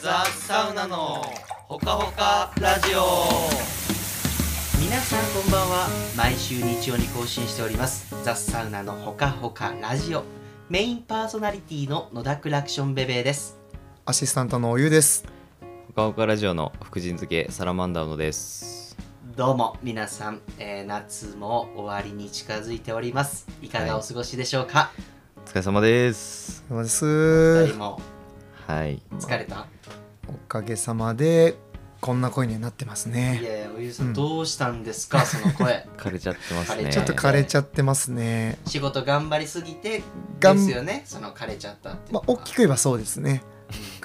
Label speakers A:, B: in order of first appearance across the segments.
A: ザ・サウナのほかほかラジオ皆さんこんばんは毎週日曜に更新しておりますザ・サウナのほかほかラジオメインパーソナリティの野田クラクションベベです
B: アシスタントのおゆうです。
C: ほかほかラジオの福神漬けサラマンダーノです。
A: どうも皆さん、えー夏も終わりに近づいておりますいかがお過ごしでしょうか、
C: お疲れ様です。
B: お疲れ様です。
A: 二人も
C: はい。
A: 疲れた、
B: おかげさまでこんな声にはなってます
A: い
B: ね。
A: やいやおゆうさん、
B: うん
A: どうしたんですかその声
C: 枯れちゃってます
A: 枯れ
C: ね。
B: ちょっと枯れちゃってますね。
A: 仕事頑張りすぎて
B: が
A: で
B: ん
A: すよねその枯れちゃったっていうの
B: まあ
A: は
B: 大きく言えばそうですね。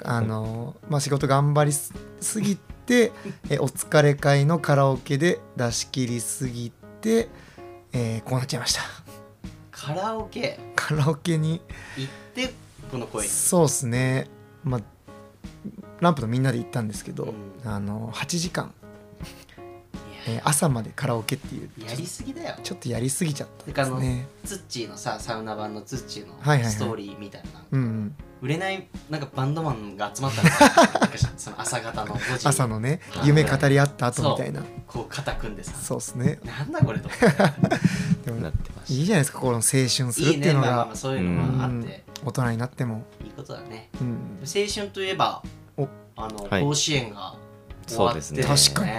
B: あのまあ仕事頑張りすすぎてえお疲れ会のカラオケで出し切りすぎて、えーこうなっちゃいました。
A: カラオケ
B: カラオケに
A: 行ってこの声に
B: そうですね。まあランプのみんなで行ったんですけど、
A: うん
B: あの8時間、えー朝までカラオケっていう
A: やりすぎだよ
B: ちょっとやりすぎちゃったんですね。
A: ツッチーのさサウナ版のツッチーの
B: はいはいはい
A: ストーリーみたいな、
B: うんうん、
A: 売れないなんかバンドマンが集まったの さなんかその朝方の5時に
B: 朝のね
A: はい
B: 夢語り合った後みたいな
A: こう肩組んでさ
B: そうですね
A: なんだこれと
B: でも
C: なってま
B: いい
C: し
B: じゃないですかこの青春 するっ
A: いい
B: てい
A: ね
B: うの
A: まあまあま
B: が
A: あそういうのがあっ
B: うん
A: て
B: 大人になっても、
A: いいことだね
B: うん、
A: 青春といえば
B: お
A: あの、
C: はい
A: 甲子園が終わって
C: そうです
B: ね確かに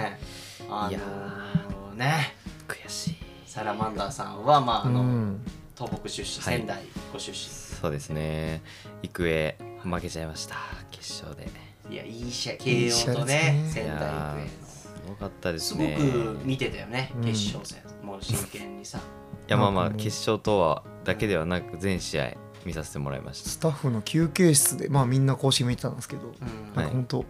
A: あ
C: いや
A: のね
C: た。悔しい。
A: サラマンダーさんはまああの、
B: うん
A: 東北出身
C: はい
A: 仙台ご出身、
C: そうですね。育英負けちゃいました。決勝で。
A: い、やいい試合
B: い
A: 慶
B: い試合
A: 応と
B: で
A: ね
B: すね
A: 仙
C: い
A: 台育
C: や
A: 英の
C: ーすごかったですす
A: ご
C: ね。
A: く見
C: い
A: てたよね
B: うん
A: 決勝戦、もう真剣にさ
C: やまあま
B: な
C: あ
B: んかね
C: 決勝とはだけではなく全試合見させてもらいまし
B: ス
C: た。
B: タッフの休憩室でまあみんな講師見てたんですけど、
A: うん
B: なんか本当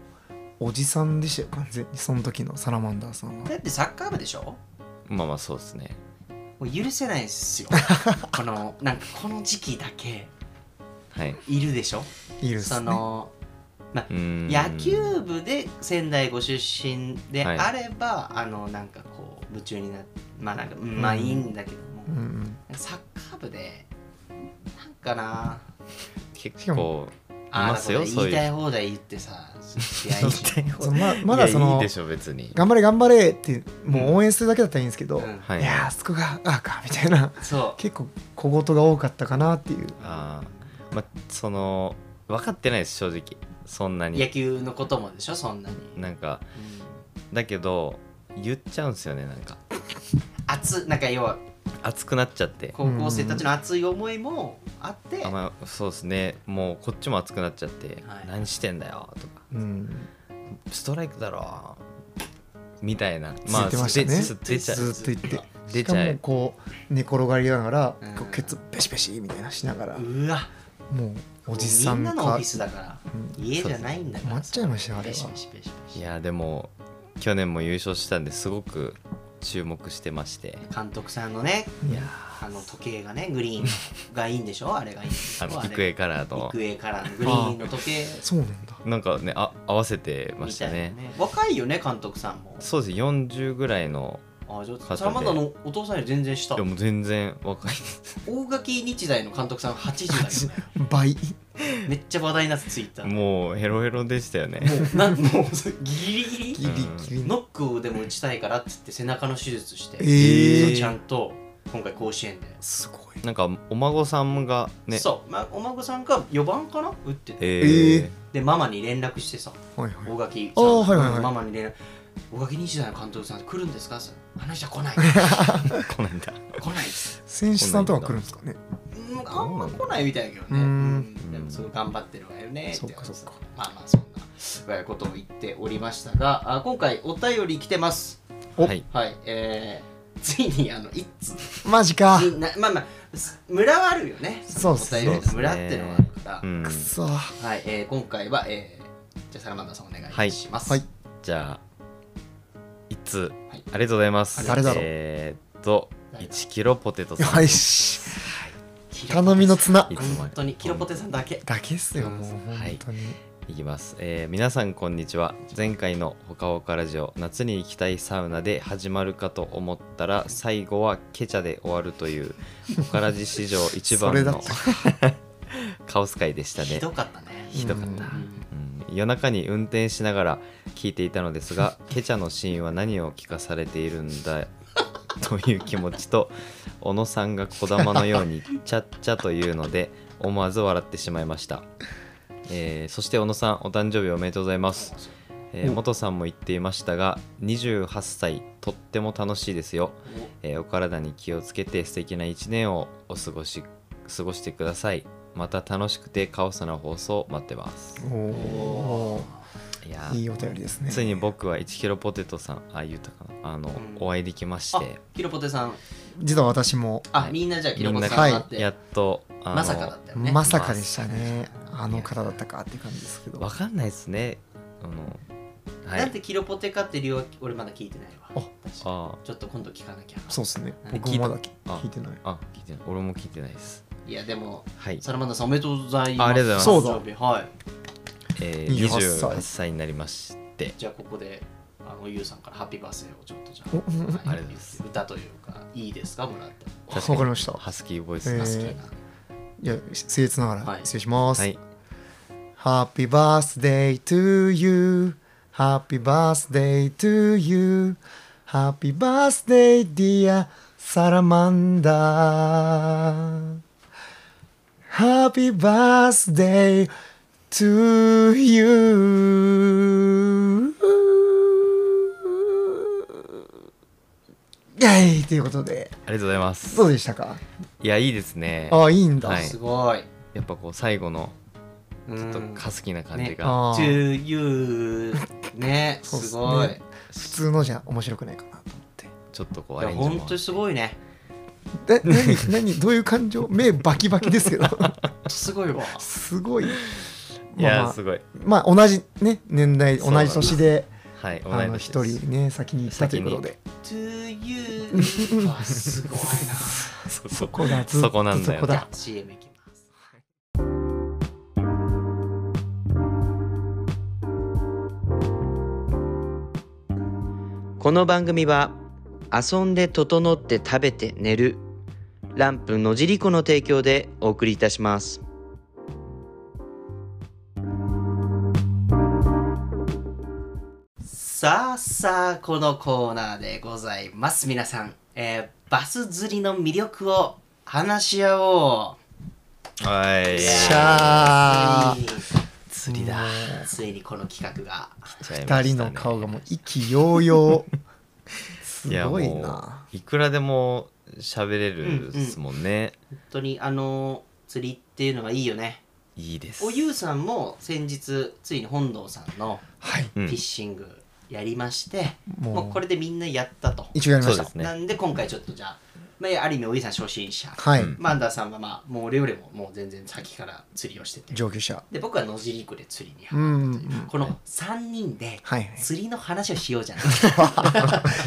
B: おじさんでしたよ完全にその時のサラマンダーさんは
A: だってサッカー部でしょ
C: まあまあそうですね。
A: もう許せないですよこのなんかこの時期だけ
C: はい。
A: いるでしょ
B: いるっ
A: そ
B: すね
A: の
C: うーん
A: 野球部で仙台ご出身であれば、あのなんかこう夢中になってまあなんか、うんまあいいんだけども、
B: うんうん
A: サッカー部でなんかな
C: 結
B: しか
C: 構
B: も
C: い
A: あ
C: ますよ
A: なんかこ
C: そ
A: れ言い
C: ういう
A: たい
C: 人。
A: 放題言ってさ試合中
B: そのままだそ
C: いやいい
B: の
C: でしょ別に。
B: 頑張れ頑張れってもう応援するだけだったらいいんですけど、
A: うん
C: はい
B: い、やーあそこがああかみたいな
A: そ
B: 結構小言が多かったかなっていう
C: あーまあその分かってないです正直そんな
A: う
C: に
A: 野球のこともでしょそんなに、
C: なんかだけど言っちゃうんですよねなんか
A: 熱なんか要は
C: 熱くなっちゃって
A: 高校生たちの熱い思いもあって、
C: あ、まあ、そうですねもうこっちも熱くなっちゃって「
A: はい
C: 何してんだよ」とか
B: うん
C: 「ストライクだろ」みたいなまあ
B: ついてましたね
C: でちょっと出ちゃ
B: ず
C: う
B: っと言って
C: 出
B: し
C: ち
B: か
C: ゃ
B: も
C: う
B: こう寝転がりながら
A: うん
B: こうケツペシペシみたいなしながら
A: うわ
B: もうおじさん
A: みんなのオフ
B: か
A: ィスだから
B: うん
A: 家じゃないんだから
B: 困っちゃいましたよあれ
A: ペシ
B: は
A: ペシペシペシ
C: いやでも去年も優勝したんですごく注目してまして
A: 監督さんのね
B: うん
C: いや
A: あの時計がねグリーンがいいんでしょあれがいいんでし
C: あ
A: ょ
C: の
A: あれ
C: 育英カラーの
A: 育英からのグリーンの時計
B: そうなんだ
C: なんかねあ合わせてま
A: み
C: した
A: たいなね
C: ね
A: 若いよね監督さんも
C: そうです40ぐらいの
A: あじゃ
C: 方
A: あ
C: で
A: サラマンダのお父さんより全然下
C: いやもう全然若い
A: 大垣日大の監督さん80だよ
B: 倍
A: ねめっちゃ話題になってツイッターも
C: もうヘロヘロでしたよね
A: う なんもうギリギ
B: ギ
A: リ
B: リギリの
A: ノックをでも打ちたいからって言って背中の手術して、
B: えー
A: ちゃんと今回甲子園です
B: ごい
C: なんかお孫さんがね
A: そう、ま、お孫さんが4番かな打ってて
C: え
B: えー
A: でママに連絡してさ
B: はいはい
A: 大垣
B: あーはいはいはい
A: ママに連絡大垣日大の監督さん来るんですかって言ったらあの人は来 ない
C: 来ないんだ
A: 来ないです
B: 選手さんとか来るんですかね
A: うんあんま来ないみたいだけどね
B: うん
A: うんでもすごい頑張ってるわよね
B: そっ
A: って
B: かそっか
A: まあまあそんなえーことを言っておりましたがあ今回お便り来てます
B: お
C: はい
A: はいえーついにあの一通
B: マジか
A: みんなまあまあ村はあるよね
B: そうっす
A: お便りの村っていうのがあるから、
C: うん
B: くそ
A: はい、えー今回は、えーじゃあサラマンダーさんお願いします、
B: はい
C: じゃあ一通
A: はい
C: ありがとうございます
B: 誰だろう
C: えーっと1キロポテトさ
B: は
C: ん
B: いし頼みの綱
C: いつも
A: 本
C: あり
A: 当にキロポテさんだけ
B: だけっすよもう
C: はい
B: 本当に
C: いきます、えー皆さんこんにちは前回の「ほかほかラジオ」夏に行きたいサウナで始まるかと思ったら最後はケチャで終わるというほからじ史上一番
B: それだ
C: の
B: っ
C: カオス回でした
A: ひ
C: ね
A: どかったね
C: ひどかっ
B: う
C: た
A: うん
C: うん夜中に運転しながら聞いていたのです がケチャのシーンは何を聞かされているんだ という気持ちと小野さんが小玉のよ うに「ちゃっちゃ」というので思わず笑ってしまいました、えーそして小野さんお誕生日おめでとうございます、えー
B: うん
C: 元さんも言っていましたが28歳とっても楽しいですよえーお体に気をつけて素敵な一年をお過ごし過ごしてくださいまた楽しくてカオスな放送待ってます
B: おお
C: いや
B: ー
C: ー
B: いいお便りですね
C: ついに僕は1キロポテトさんあ言ったかなあの、
A: うん
C: お会いできまし
A: あ
C: て
A: キロポテさん
B: 実は私も
A: あ
C: はい
A: みんなじゃあキ
C: み
A: ロ
C: ん
A: ポテ
C: な
A: さ
B: は
A: ん
B: い
A: があって
C: やっとあの
A: まさかだったよね
B: まさかでしたねあの方だったかっていう感じですけど
C: わかんないですねあのは
A: なん
C: い
A: でキロポテかって理由は俺まだ聞いてないわ
B: あ
A: 私ちょ
C: あ
A: っと今度聞かなきゃ
B: そうですね
A: はい
B: 僕もまだ
C: あ
B: 聞いてない
C: ーあ聞いてない俺も聞いてないです
A: いやでも
C: はい、
A: サラマンダーさんおめでとうございます
C: ああり
B: とうご
C: が
B: ざいます
A: お誕生日はい
C: えー、
B: 28歳
C: 28歳になりまして
A: じゃあここであのゆうさんからハッピーバースデーをちょっとじゃあ
B: おう
A: はい
B: ん
C: ありがとうございます
A: 歌というかいいですかもらって
C: 確
B: わかりました
C: ハスキーボイス
B: え
A: 好
B: ー
A: き
B: え
A: ない
B: や僭越なが
A: は
B: ら
A: い
B: 失礼します、
C: はい
B: Happy birthday to you. Happy birthday to you. Happy birthday, dear Salamander. Happy birthday to you. イェイということで、
C: ありがとうございます
B: どうでしたか
C: いやいいですね
B: あ、いいんだ。
C: はい
A: すごい
C: やっぱこう最後の
A: ち
C: ちょっとかすきな感じが、
B: あ
A: と
B: ー
A: いうね
B: そうっすね
A: すごいい
B: 普通のじゃ面白くないかな。
C: ちょっとこうア
A: や
C: レンジ
A: 本
C: も
A: 当にすごいね
B: え何何どういう感情目バキバキですけ ど
A: すごいわ
B: すごい
C: いや
B: まあ
C: すごい
B: まあ同じね年代
C: そう
B: 同
C: なんで
B: じ
C: す
B: 年で
C: はい同い
B: あ
C: 年
B: の
C: です
B: 一人ね先に行ったということで
A: To you わすごいな
C: そうそ
B: そうこがずっと
C: そこなんだよ
B: そ
A: じ
B: こだ
A: ゃあ CM いきます
D: この番組は遊んで整って食べて寝るランプのじりこの提供でお送りいたします
A: さあさあこのコーナーでございます皆さん、えー、バス釣りの魅力を話し合おう
C: はい
B: しゃー
C: 釣りだ
A: ついにこの企画が
B: 二人の顔がもう意気揚々すごい
C: いやも
B: ない
C: くらでも喋れるですもんね、
A: 本当にあの釣りっていうのがいいよね
C: いいです
A: おゆうさんも先日ついに本堂さんの
B: はい
C: うん
A: フィッシングやりまして、
B: もう
A: もうこれでみんなやったと、
B: 一応やりま
C: そ
B: し
C: うで
B: た
C: す
A: な
C: ね
A: んで今回ちょっとじゃあ、まあ、ある意味おゆうさん初心者
B: はい
C: うん
A: マンダーさんはまあもう俺よりももう全然先から釣りをしてて
B: 上級者
A: で僕は野尻湖で釣りにハ
B: う
A: マ
B: ん
A: るというこの3人で
B: はいはい
A: 釣りの話をしようじゃない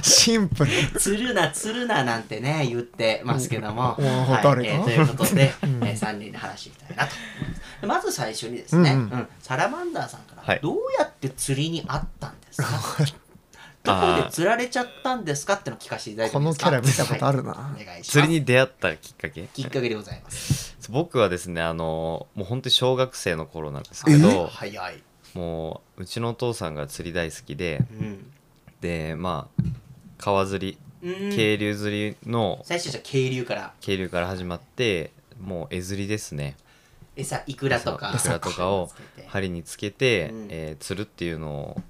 B: シンプル
A: 釣るな釣るななんてね言ってますけども、
B: おお
A: はい
B: 誰
A: えー
B: が
A: ということ で、え
B: ん
A: ー、3人で話していきたいなと思いますでまず最初にですね、
B: う
A: うんん
B: うん
A: サラマンダーさんから、
C: はい
A: どうやって釣りにあったん ですかどこで釣られちゃったんですかってのを聞かせていただいて
B: こ
A: もいい
B: の
A: ですか
B: キャラ見たことあ
A: る、
B: るな、
A: はいお願いします
C: 釣りに出会ったきっかけ
A: きっかけでございます
C: 僕はですねあのもう本当に小学生の頃なんです
A: あ
C: けど
A: 早い、
C: もううちのお父さんが釣り大好きで
A: うん
C: でまあ川釣
A: うん
C: り渓流釣りの
A: 最初じゃあ渓流から
C: 渓流から始まってもう絵釣りですね
A: 餌いくらとか
C: 餌いくらとかを
A: つけて
C: 針につけて、
A: うん
C: えー釣るっていうの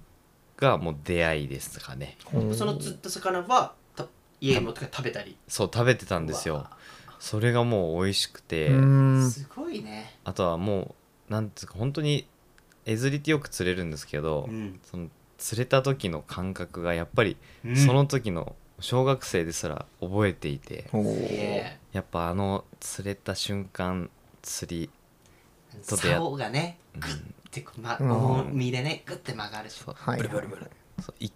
C: がもう出会いですかね
B: うん
A: その釣った魚はた家に持って帰って食べたり
C: そう食べてたんです
A: う
C: よ
A: わ
C: それがもう美味しくて
B: うん
A: すごいね、
C: あとはもうなんていうか本当に絵釣りってよく釣れるんですけど、
A: うん
C: その釣れた時の感覚がやっぱり
A: うん
C: その時の小学生ですら覚えていて、
B: お
A: すげ
B: ー
A: え
C: やっぱあの釣れた瞬間釣りと出会っ
A: 竿がね
C: うん
A: グッ てこう、ま、
B: うん
A: 重みでねグッて曲がるし
C: そう
B: はい
A: ブルブルブル
C: そうい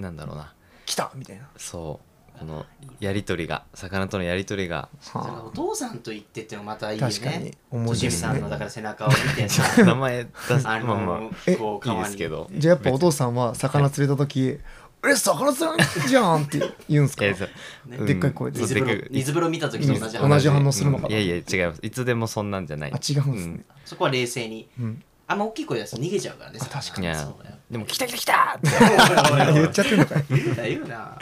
C: なんだろうな
B: 来たみたいな
C: そうこのやり取りが魚とのやり取 りが
A: それがお父さんと言ってってもまたいいよね
B: 確かに思い
A: 年
B: 出
A: 上
B: す
A: さんのだ
B: ね
A: から背中を見 てさ
C: 名前出す
A: あの、
C: まあま
B: え
A: こう
C: あい
A: 川
C: い
A: に
C: ですけど
B: じゃあやっぱお父さんは魚釣れた時「え魚釣れんじゃん!」って言うんですか
C: えーそう
A: ね
C: うん
B: でっかい声で
C: そう
A: 水
C: でっか
A: 風呂
C: い
A: 水風呂見た時と同じ
B: 同
A: 話
B: じ反応するのかな
C: うんいやいや違いますいつでもそんなんじゃない
B: あ違うんですね
A: そこは冷静に
B: うん
A: あんま大きい声出すと逃げちゃうからね
B: あ確か
C: に
A: そうだよ
C: でも来た来た来たって
A: おい おいおい
B: 言っちゃってんのかい
A: 言うな言うな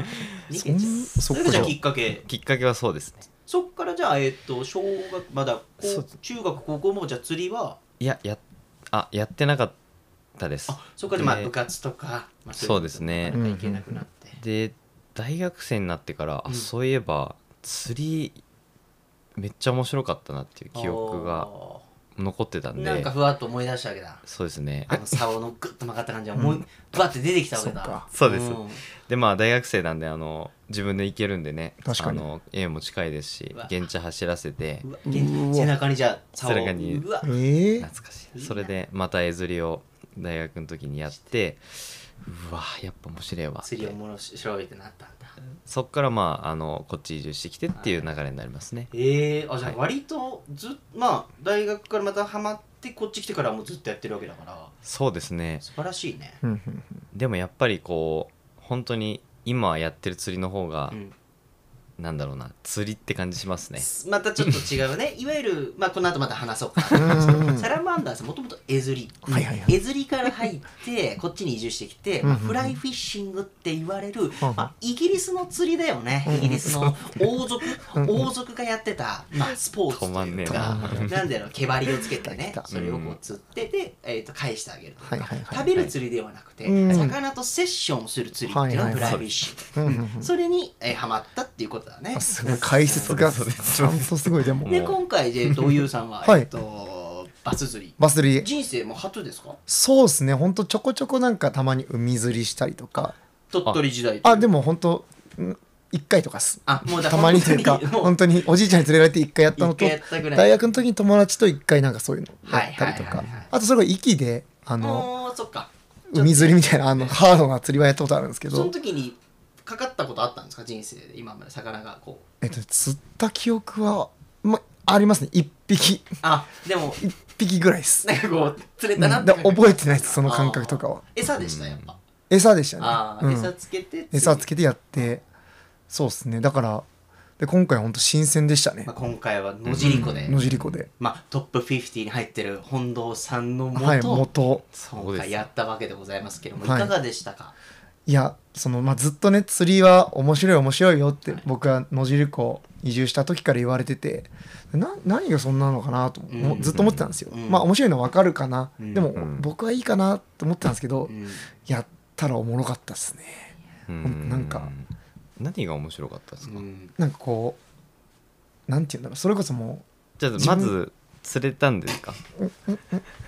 A: 逃げちゃう
B: そ
A: そ
B: ん
A: れ
B: そ
A: が
B: っか
A: じ
B: じ
A: ゃ
B: ゃ
A: あきっかけ
C: きっかけはそうですね
A: そっからじゃあえっと小学まだこう
B: そう
A: 中学高校もじゃあ釣りはい
C: ややあやってなかったです
A: あそっからまあ
C: ね
A: 部活とか、まあ、
C: そうですね
A: いこととか行けなくなって、
C: で大学生になってから、あ
A: うん
C: そういえば釣りめっちゃ面白かったなっていう記憶が
A: お
C: 残ってた
A: ー
C: ん
A: なん
C: で
A: かふわっと思い出したわけだ
C: そうですね
A: あの竿のグッと曲がった感じがもうぶわって出てきたわけ
B: そっ
A: だ
B: か
C: そうです
A: ん
C: でまあ大学生なんであの自分で行けるんでね
B: 確かに
C: あの家も近いですし
A: うわ
C: 現地走らせて
A: うわ
B: うーわ
A: 背中にじゃあ竿を
C: 背中に
A: うわ
B: えー、
C: 懐かし
A: いい
C: い
A: な
C: それでまた絵釣りを大学の時にやってうわやっぱ面白いわって
A: 釣りおもろし白いってなったんだ
C: そっからまああのこっち移住してきてっていう流れになりますね
A: ええあじゃあ
C: はい
A: 割とずっ、まあ大学からまたハマってこっち来てからもずっとやってるわけだから
C: そうですね
A: 素晴らしいね
B: うんうん
C: でもやっぱりこう本当に今やってる釣りの方が、
A: うん
C: なんだろうな釣りって感じしますね
A: またちょっと違うねいわゆるまあこの後また話そうか
B: うんうん
A: サラマンダーさんもともと絵釣り、
B: はいはいはい
A: 絵釣りから入ってこっちに移住してきて、まあ、
B: うんうんうん
A: フライフィッシングって言われる、
B: うんうん
A: まあ、イギリスの釣りだよね
B: うんうん
A: イギリスの王族
B: うんうん
A: 王族がやってた、まあ、スポーツという
B: 止
A: か
B: まんね
A: なんだろう毛針をつけてね
B: 来た来た
A: それをこう釣ってで、えー、と返してあげるとか
B: はいはいはい
A: 食べる釣りではなくて、
B: うん
A: 魚とセッションをする釣りっていうのが
B: は
A: フ
B: いはいは
A: ライフィ
B: い
A: ッシング、
B: うんうんうん
A: それに、えーハマったっていうことだね
B: あすごい解説が
C: そうです
B: ちゃんとすごいでも
A: で今回で どういうさんは、
B: はい
A: えっとバス釣り
B: バス釣り
A: 人生も初ですか
B: そうですねほんとちょこちょこなんかたまに海釣りしたりとか
A: 鳥取時代
B: あでもほんとん一回とかっす
A: あもうだ
B: たまにというか
A: 本当にも
B: 本当におじいちゃんに連れられて一回やったの
A: 一
B: と
A: 回やったぐらい
B: 大学の時に友達と一回なんかそういうの
A: はい
B: や
A: は
B: っ
A: い
B: た
A: は
B: り
A: い
B: と
A: はい
B: かあとそれが息であの
A: もうそっか
B: 海釣りみたいなあの ハードな釣りはやったことあるんですけ
A: その
B: ど、
A: 時にかかったことあったんですか人生で今まで魚がこう
B: えっと、釣った記憶は、ま、ありますね一匹
A: あでも
B: 一匹ぐらいです、
A: なんかこう釣れ
B: うん
A: た
B: だ
A: なっ
B: か
A: て
B: ら
A: 感覚
B: 覚えてないですその感覚とかは
A: あー餌でしたやっぱ
B: 餌でし
A: あ
B: た
A: ー
B: ね、う
A: 餌
B: ん、
A: つけて
B: 餌つ
A: け
B: けてやってそうですねだからで今回ほんと新鮮でしたね
A: まあ今回は野尻湖で
B: 野尻湖で
A: まあトップ50に入ってる本堂さんのも
B: はい
A: と
B: 元
C: そう
A: 今
C: です
A: 回やったわけでございますけどもい
B: はい
A: かがでしたか
B: いやその、まあ、ずっとね釣りは面白い面白いよって僕は野尻湖移住した時から言われててな何がそんなのかなと
A: うんう
B: 思
A: んう
B: うんずっと思ってたんですよ、
A: うん
B: まあ面白いのは分かるかな、
A: うん
B: でも、
C: うん
B: 僕はいいかなと思ってたんですけど、
A: うん
B: やったらおもろかったですね
C: うん
B: なんか
C: 何が面白かったですか、
A: うん
B: なんかこうなんて言うんだろうそれこそも
C: じゃあまず釣れたんですか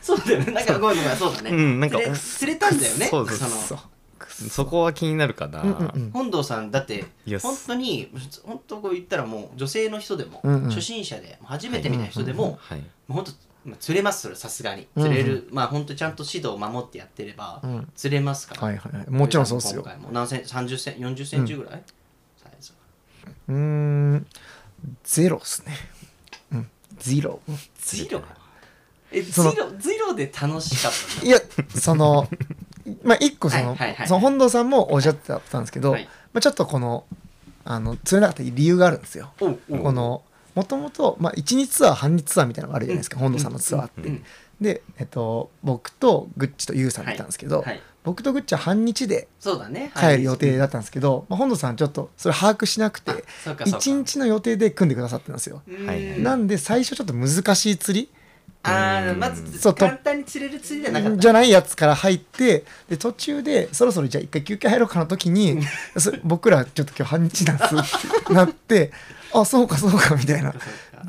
A: そうだよねなんかごめんごめんそうだね
C: うんなんか
A: 釣れ釣れたんだよね
C: そうそ
A: そ
B: うくっ
C: う
A: の
B: そくっそ
C: そこは気になるかな、
B: うんうんうん
A: 本堂さんだって
C: いや
A: 本当に本当こう言ったらもう女性の人でも、
B: うんうん
A: 初心者で初めてみたいな人でも、
C: はい
A: もう本当まあ釣れますそれさすがに
B: うんうん
A: 釣れる、まあ本当ちゃんと指導を守ってやってれば、
B: うん
A: 釣れますから、
B: はいはいはいもちろんそうですよ
A: 今回も何セン30セン40センチぐらい、サイズは
B: うーんゼロっすねうんゼロ
A: ゼロえゼ
B: その
A: ロゼロで楽しかった
B: いやそのまあ一個その,、
A: はいはいはい
B: その本堂さんもおっしゃってたんですけど、
A: はい
B: まあ、ちょっとこのあの釣れなかった理由があるんですよ。
A: のおうおう
B: このもともと、まあ、1日ツアー半日ツアーみたいなのがあるじゃないですか、本堂さんのツアーって。
A: うん
B: で、えっと、僕とグッチとユウさんだったんですけど、
A: はい、
B: 僕とグッチは半日で
A: そうだね
B: 帰る予定
A: だ
B: だったんですけど、まあ、本堂さんちょっとそれ把握しなくて
A: そうかそうか
B: 1日の予定で組んでくださってたんですよ。
A: うん
C: はいはい
B: なんで最初ちょっと難しい釣り
A: あーまず
B: そうと
A: 簡単に釣れる釣りじゃなかった
B: じゃないやつから入ってで途中でそろそろじゃあ一回休憩入ろうかな時にそ僕らちょっと今日半日なんですってなってあそうかそうかみたいな
A: そうか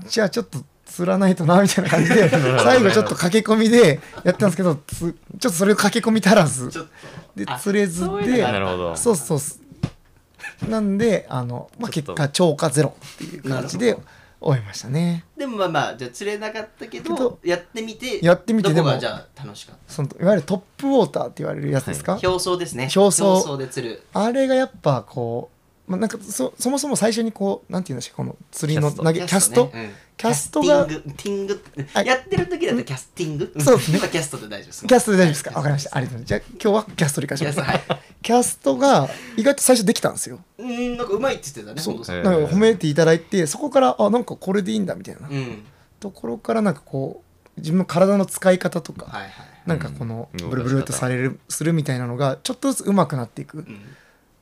B: じゃあちょっと釣らないとなみたいな感じ で
C: ど
B: 最後ちょっと駆け込みでやったんですけどつちょっとそれを駆け込み足らず
A: ちょっと
B: で
A: あ
B: 釣れず
A: そういうの
B: で
A: があ
C: なるほど
B: そうそうそうなんであの、まあ、
C: ちょっ
B: 結
C: と
B: 果超過ゼロっていう感じ
A: なる
B: で
A: ほ
B: 終えましたね。
A: でもまあまあじゃあ釣れなかったけど
B: けど
A: やってみて
B: やってみて
A: どこ
B: で
A: が
B: も
A: じゃあ楽しかっ
B: そのいわゆるトップウォーターって言われるやつですか、
A: た表層ですね
B: 表層
A: で釣る
B: あれがやっぱこう、まあ、なんかそそもそも最初にこうなんて言うんでしょうこの釣りの
C: キャスト
B: 投げキャスト
A: ねうん
B: キャストが
A: キャスティングティング
B: あ
A: やってる時だとキャスティング
B: そうですね
A: んまあキャストで大丈夫です
B: キャストで大丈夫ですかわかりましたありがとうございますじゃあ今日はキャストでいかし
A: キャ
B: ま
A: ス
B: す
A: トはい
B: キャストが意外と最初できたんですよ
A: うーんなんかうまいって言ってたね
B: そ
A: 本
B: う
A: 当
B: な
A: さ
B: ん
A: ん
B: か褒めていただいてそこからあなんかこれでいいんだみたいな
A: うん
B: ところからなんかこう自分の体の使い方とか
A: はいはいはい
B: なんかこの
C: うん
B: ブルブルっとされるするみたいなのがちょっとずつうまくなっていく
A: うん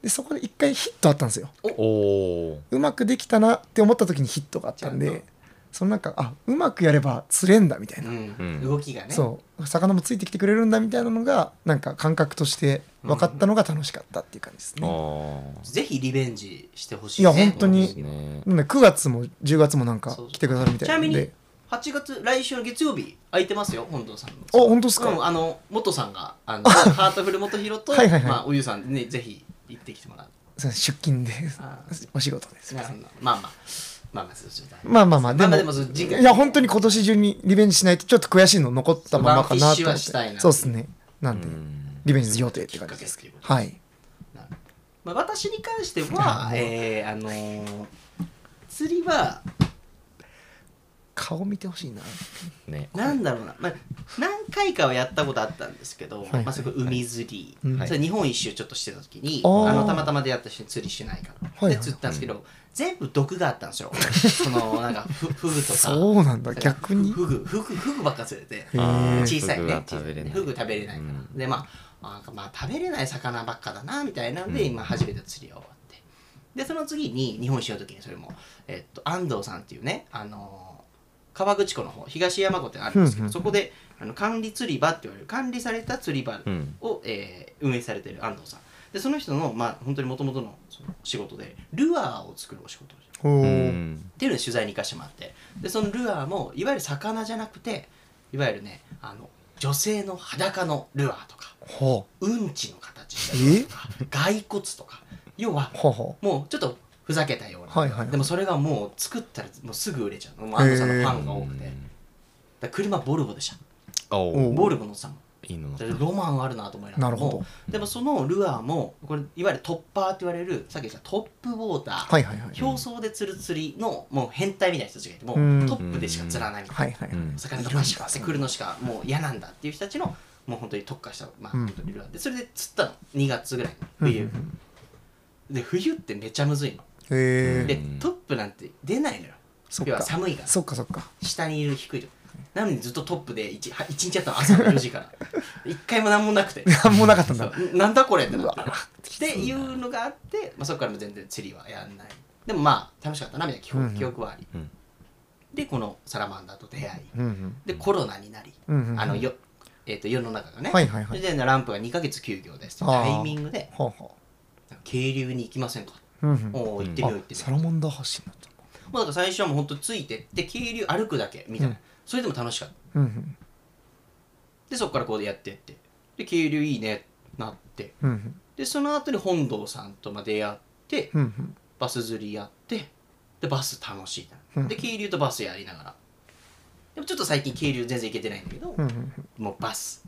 B: でそこで一回ヒットあったんですよ
C: おお
B: うまくできたなって思った時にヒットがあったん
A: ちゃん
B: で
A: と
B: そのなんかあうまくやれば釣れんだみたいな、
A: うん動きがね
B: そう魚もついてきてくれるんだみたいなのがなんか感覚として分かったのが楽しかったっていう感じですね、
A: ぜひリベンジしてほしい、
B: い
A: ね、
B: や本当に
C: ね
B: なんで9月も10月もなんか来てくださるみたい
A: ち
B: な
A: なんみ
B: で
A: に8月来週の月曜日空いてますよ本堂さんの
B: あ本当ですか、
A: うん、あの元さんがあのハートフル元弘と
B: はいはいはい
A: まあ、おゆさんねぜひ行ってきてもらう
B: そうです出勤で
A: あ
B: お仕事です
A: なるほどまあまあまあまあそうそう
B: まあまあまあで
A: ま
B: も
A: あまあでも次回
B: いや本当に今年中にリベンジしないとちょっと悔しいの残ったままか
A: そう
B: なと思
A: ワ
B: っ
A: ン
B: て
A: フィッシュはしたいな
B: そうですねなんで、
C: うん
B: リベンジ予定って感じです
A: きっかけっていうこと
B: はい
A: まあ、私に関しては、
B: はい
A: えーあのー釣りは
B: 顔見てほしいな
C: ね
A: なんだろうな、まあ、何回かはやったことあったんですけど、
B: いはい
A: まあ、それこそ海釣り、
B: うん
A: それ日本一周ちょっとしてた時にあ
B: あー
A: のたまたまでやった人に釣りしないから、
B: はいはい
A: で釣ったんですけど、全部毒があったんです よそのなんかフフグとか
B: そうなんだ逆に
A: フグフグフグばっか釣れて
B: へー
A: 小さい
C: フグ
A: ね
C: が食べれない
A: フグ食べれないから、
C: うん
A: でまあなんかまあ食べれない魚ばっかだなみたいなんで、
C: うん
A: 今初めて釣りが終わってでその次に日本一周の時にそれも、えっと、安藤さんっていうねあのー川口湖の方東山湖ってあるんですけど、
B: うんうん
A: そこであの管理釣り場って言われる管理された釣り場
C: うん
A: を、えー運営されてる安藤さんでその人のまあ本当にもともとのその仕事でルアーを作るお仕事をして
B: お
C: う
B: ー
C: ん
A: っていうのを取材に行かしてもらってでそのルアーもいわゆる魚じゃなくていわゆるねあの女性の裸のルアーとか
B: ほ
A: うんちの形したりとか骸骨とか要は
B: うほうほ
A: もうちょっとふざけたような、
B: はいはいはい
A: でもそれがもう作ったらもうすぐ売れちゃうもう安藤さんのファンが多くて、だから車ボルボでした
C: お
B: お
C: お
A: ボルボのさんも
C: いいの乗った
A: ロマンあるなと思いなが
B: な
A: ら
B: る
A: も
B: ほ
A: でもそのルアーもこれいわゆるトッパーって言われるさっき言ったトップウォーター、
B: どはいはいはい
A: 表層で釣る釣りのもう変態みたいな人たちがいてもう
B: うん
A: トップでしか釣らないみたいな、
B: はいはいはい
C: うん
A: 魚とかしかってくるのしかもう嫌なんだっていう人たちのもう本当に特化した、まあ、
B: うん
A: 本当にルアーでそれで釣ったの2月ぐらいの
B: うんうん
A: 冬、
B: うん
A: で冬ってめちゃむずいの
B: へ
A: で
B: え
C: うん
A: トップなんて出ないのよ
B: そっ
A: 要は
B: か
A: 寒いから
B: そっかそっか
A: 下にいる低いとこなのにずっとトップで 1, 日やったの朝の4時から 一回も何もなくて
B: 何もなかったんだ
A: そうなんだこれってなってっていうのがあって、まあ、そこからも全然釣りはやんないでもまあ楽しかったなみたいな記
B: うんう
A: 憶
B: ん
A: 記憶はあり、
C: うん
A: でこのサラマンダーと出会い
B: うんうん
A: でコロナになり、
B: うんうん
A: あのよ、えー、と世の中がね、
B: はいはいはい
A: それでランプが2ヶ月休業ですって
B: あー
A: タイミングで
B: ほうほ
A: 渓流に行きませんか、
B: ううんうん
A: おお行ってみよう行ってみ
B: サ
A: よ
B: ラモンダー橋になっちゃっ
A: うもうだから最初はもうほんとついてって渓流歩くだけみたいな、
B: うん
A: それでも楽しかった
B: たうん
A: でそこからこうやってってで渓流いいねなって
B: うんうん
A: でその後に本堂さんとまあ出会って、
B: うんうん
A: バス釣りやってでバス楽しいな、
B: うん
A: で渓流とバスやりながらでもちょっと最近渓流全然行けてないんだけど、
B: うんうん
A: もうバス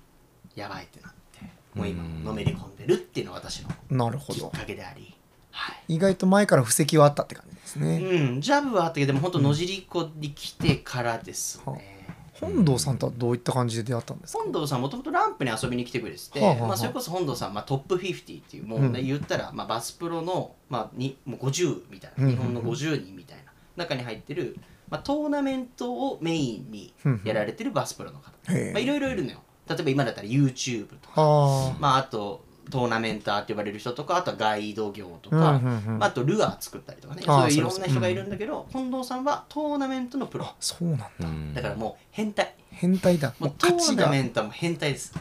A: やばいってなってもう今のめり込んでるっていうのが私の
B: うんなるほ
A: きっ
B: ど
A: かけでありはい
B: 意外と前から布石はあったって感じですね、
A: うんジャブはあったけどでも本当野尻湖に来てからです
B: は
A: ね
B: 本堂さんとはどういった感じで出会ったんですか
A: 本堂さんもともとランプに遊びに来てくれてて、
B: はあはあはあ
A: まあ、それこそ本堂さん、まあ、トップ50っていうもう、ね
B: うん
A: 言ったら、まあ、バスプロの、まあ、にもう50みたい
B: うん
A: な
B: うん
A: 日本の50人みたいな中に入ってる、まあ、トーナメントをメインに
B: うんうん
A: やられてるバスプロの方、
B: へえ
A: まあ、いろいろいるのよ例えば今だったら YouTube とか、
B: はあ
A: まあ、あとトーナメンターって呼ばれる人とかあとはガイド業と
B: うん
A: か、
B: うんうん
A: まあ、あとルアー作ったりとかね
B: ああ
A: そういういろん
B: そう
A: な
B: です
A: 人がいるんだけど、近藤さんはトーナメントのプロ
B: あそうなんだ
C: うん
A: だからもう変態
B: 変態だ
A: も
B: も
A: う
B: う
A: ト
B: 勝ち
A: ーナ
B: が
A: メ
B: 勝
A: ンターも変態です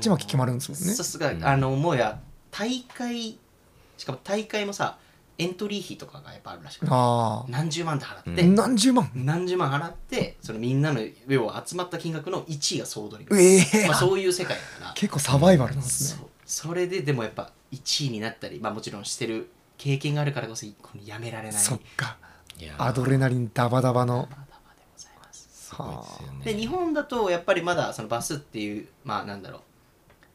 B: ち負け決まるんですもんね
A: さすが、
C: うん
A: あのもうや大会しかも大会もさエントリー費とかがやっぱあるらしくて
B: あ
A: 何十万って払って、
C: う
B: 何十万
A: 何十万払ってそのみんなの要は集まった金額の1位が総取り、
B: ええ
A: まあ、そういう世界だから
B: 結構サバイバルなんです
A: そ
B: ね
A: うそれででもやっぱ1位になったり、まあ、もちろんしてる経験があるからこそこのやめられない
B: そっか
C: いやー
B: アドレナリンダバダ
A: ま
B: バ
A: だ
B: の
A: まだでございます
C: すごいですよね
A: で日本だとやっぱりまだそのバスっていうまあなんだろう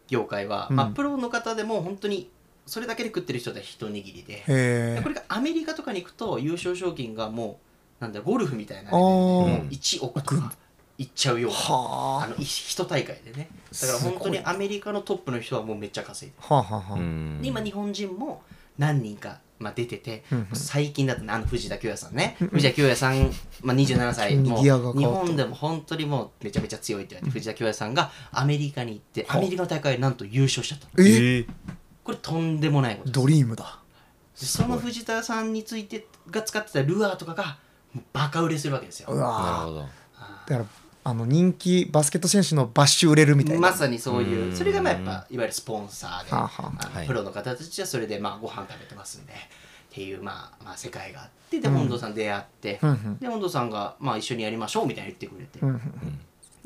A: 業界は、
B: うん
A: まあ、プロの方でも本当にそれだけで食ってる人は一握りで、
B: へ
A: こ
B: え
A: れがアメリカとかに行くと優勝賞金がもうなんだろうゴルフみたいな
B: あー
A: もう1億とかいっちゃうようなあ
B: はあ
A: のい一大会でねだから本当に
B: すご
A: ア
B: い
A: メリカのトップの人はもうめっちゃ稼いで
B: はあはあはあ
C: うん
A: で今日本人も何人かまあ、出てて、
B: うんうん
A: 最近だとねあの藤田恭也さんね、
B: うんうん
A: 藤田恭也さん、まあ、27歳
B: 急に
A: もう
B: ギアが変わった
A: 日本でも本当にもうめちゃめちゃ強いって言われて、藤田恭也さんがアメリカに行ってアメリカの大会でなんと優勝しちゃったの
B: え
C: え
A: これとんでもないことです
B: ドリームだ
A: でその藤田さんについてが使ってたルアーとかがもうバカ売れするわけですよ
B: う
C: なる
B: わ
C: ほど
B: ーだからあの人気バスケット選手のバッシュ売れるみたいな、
A: まさにそういううんそれがまあやっぱいわゆるスポンサーで
B: はあは
A: あの
C: はい
A: プロの方たちはそれでまあご飯食べてますんでっていうまあまあ世界があってで
B: うん
A: 本堂さん出会って
B: あ、うんうん
A: で本堂さんがまあ一緒にやりましょうみたいに言ってくれて
B: うんうん、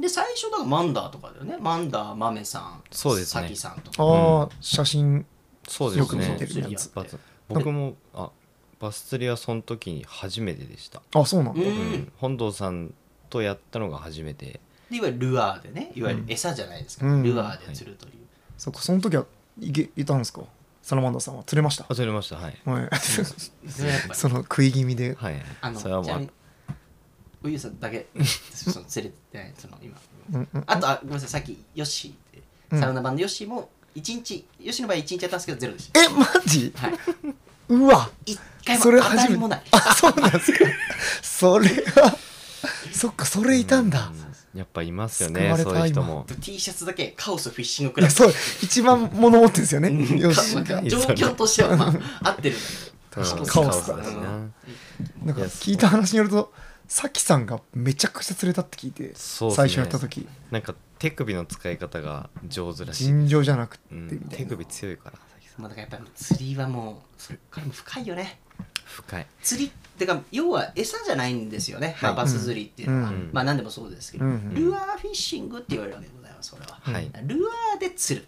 A: で最初だからマンダーとかだよねマンダーマメさん
C: そうですね
A: サキさんとか
B: ああ、写真
C: そうで
B: よ
C: す
B: く見
C: ね
B: てるやつ
C: バス僕もあバス釣りはその時に初めてでした、
B: あそうなん
A: う
B: だ、
C: うん
A: ん
C: 本堂さんとやったのが初めて
A: でいわゆるルアーでねいわゆる餌じゃないですか
B: うん
A: ルアーで釣るという
B: そっかその時はいけいたんですかサラマンダさんは釣れました
C: あ釣れましたはい
B: はい
A: それはやっぱり
B: その食い気味で
C: はい
A: あの
C: それは
A: ちなみ
C: も
A: に
C: う
A: ウユさんだ けその連れてないその今
B: うんうん
A: あとあごめんなさいさっきヨッシーって
B: うん
A: サウナ版のヨッシーも一日ヨッシーの場合一日やったんですけどゼロでした
B: えマジ
A: はいう
B: わ
A: 一回も
B: それ
A: 当
B: 初めて
A: たりもない
B: あそうなんですか それはそっかそれいたんだ
C: うやっぱいますよ
B: 救
C: ね
B: われた
C: そういう人も
A: T シャツだけカオスフィッシングク
B: い
A: ラ
B: や
A: ブ
B: そう一番物持ってんですよね
A: うん
B: よし
A: か
B: が
A: 状況としてはま あ合ってるんだけど
C: カオ
B: スカオス
C: だしな
A: うん
B: なんか
C: いや
B: 聞いた話によるとさきさんがめちゃくちゃ釣れたって聞いて
C: そうっすね
B: 最初やった時
C: なんか手首の使い方が上手らしい、
B: 尋常じゃなくて
C: う
B: み
C: ん、
B: た
C: 手
B: いな
C: 首強いから佐々木さん
A: まあだからやっぱり釣りはもうそれからも深いよね
C: 深い
A: 釣りってか要は餌じゃないんですよね、まあ、
C: はい
A: バス釣りっていうのは、
B: うん
A: まあ何でもそうですけど、
B: うんうん
A: ルアーフィッシングって言われるわけでございますそれは、
C: はい
A: ルアーで釣る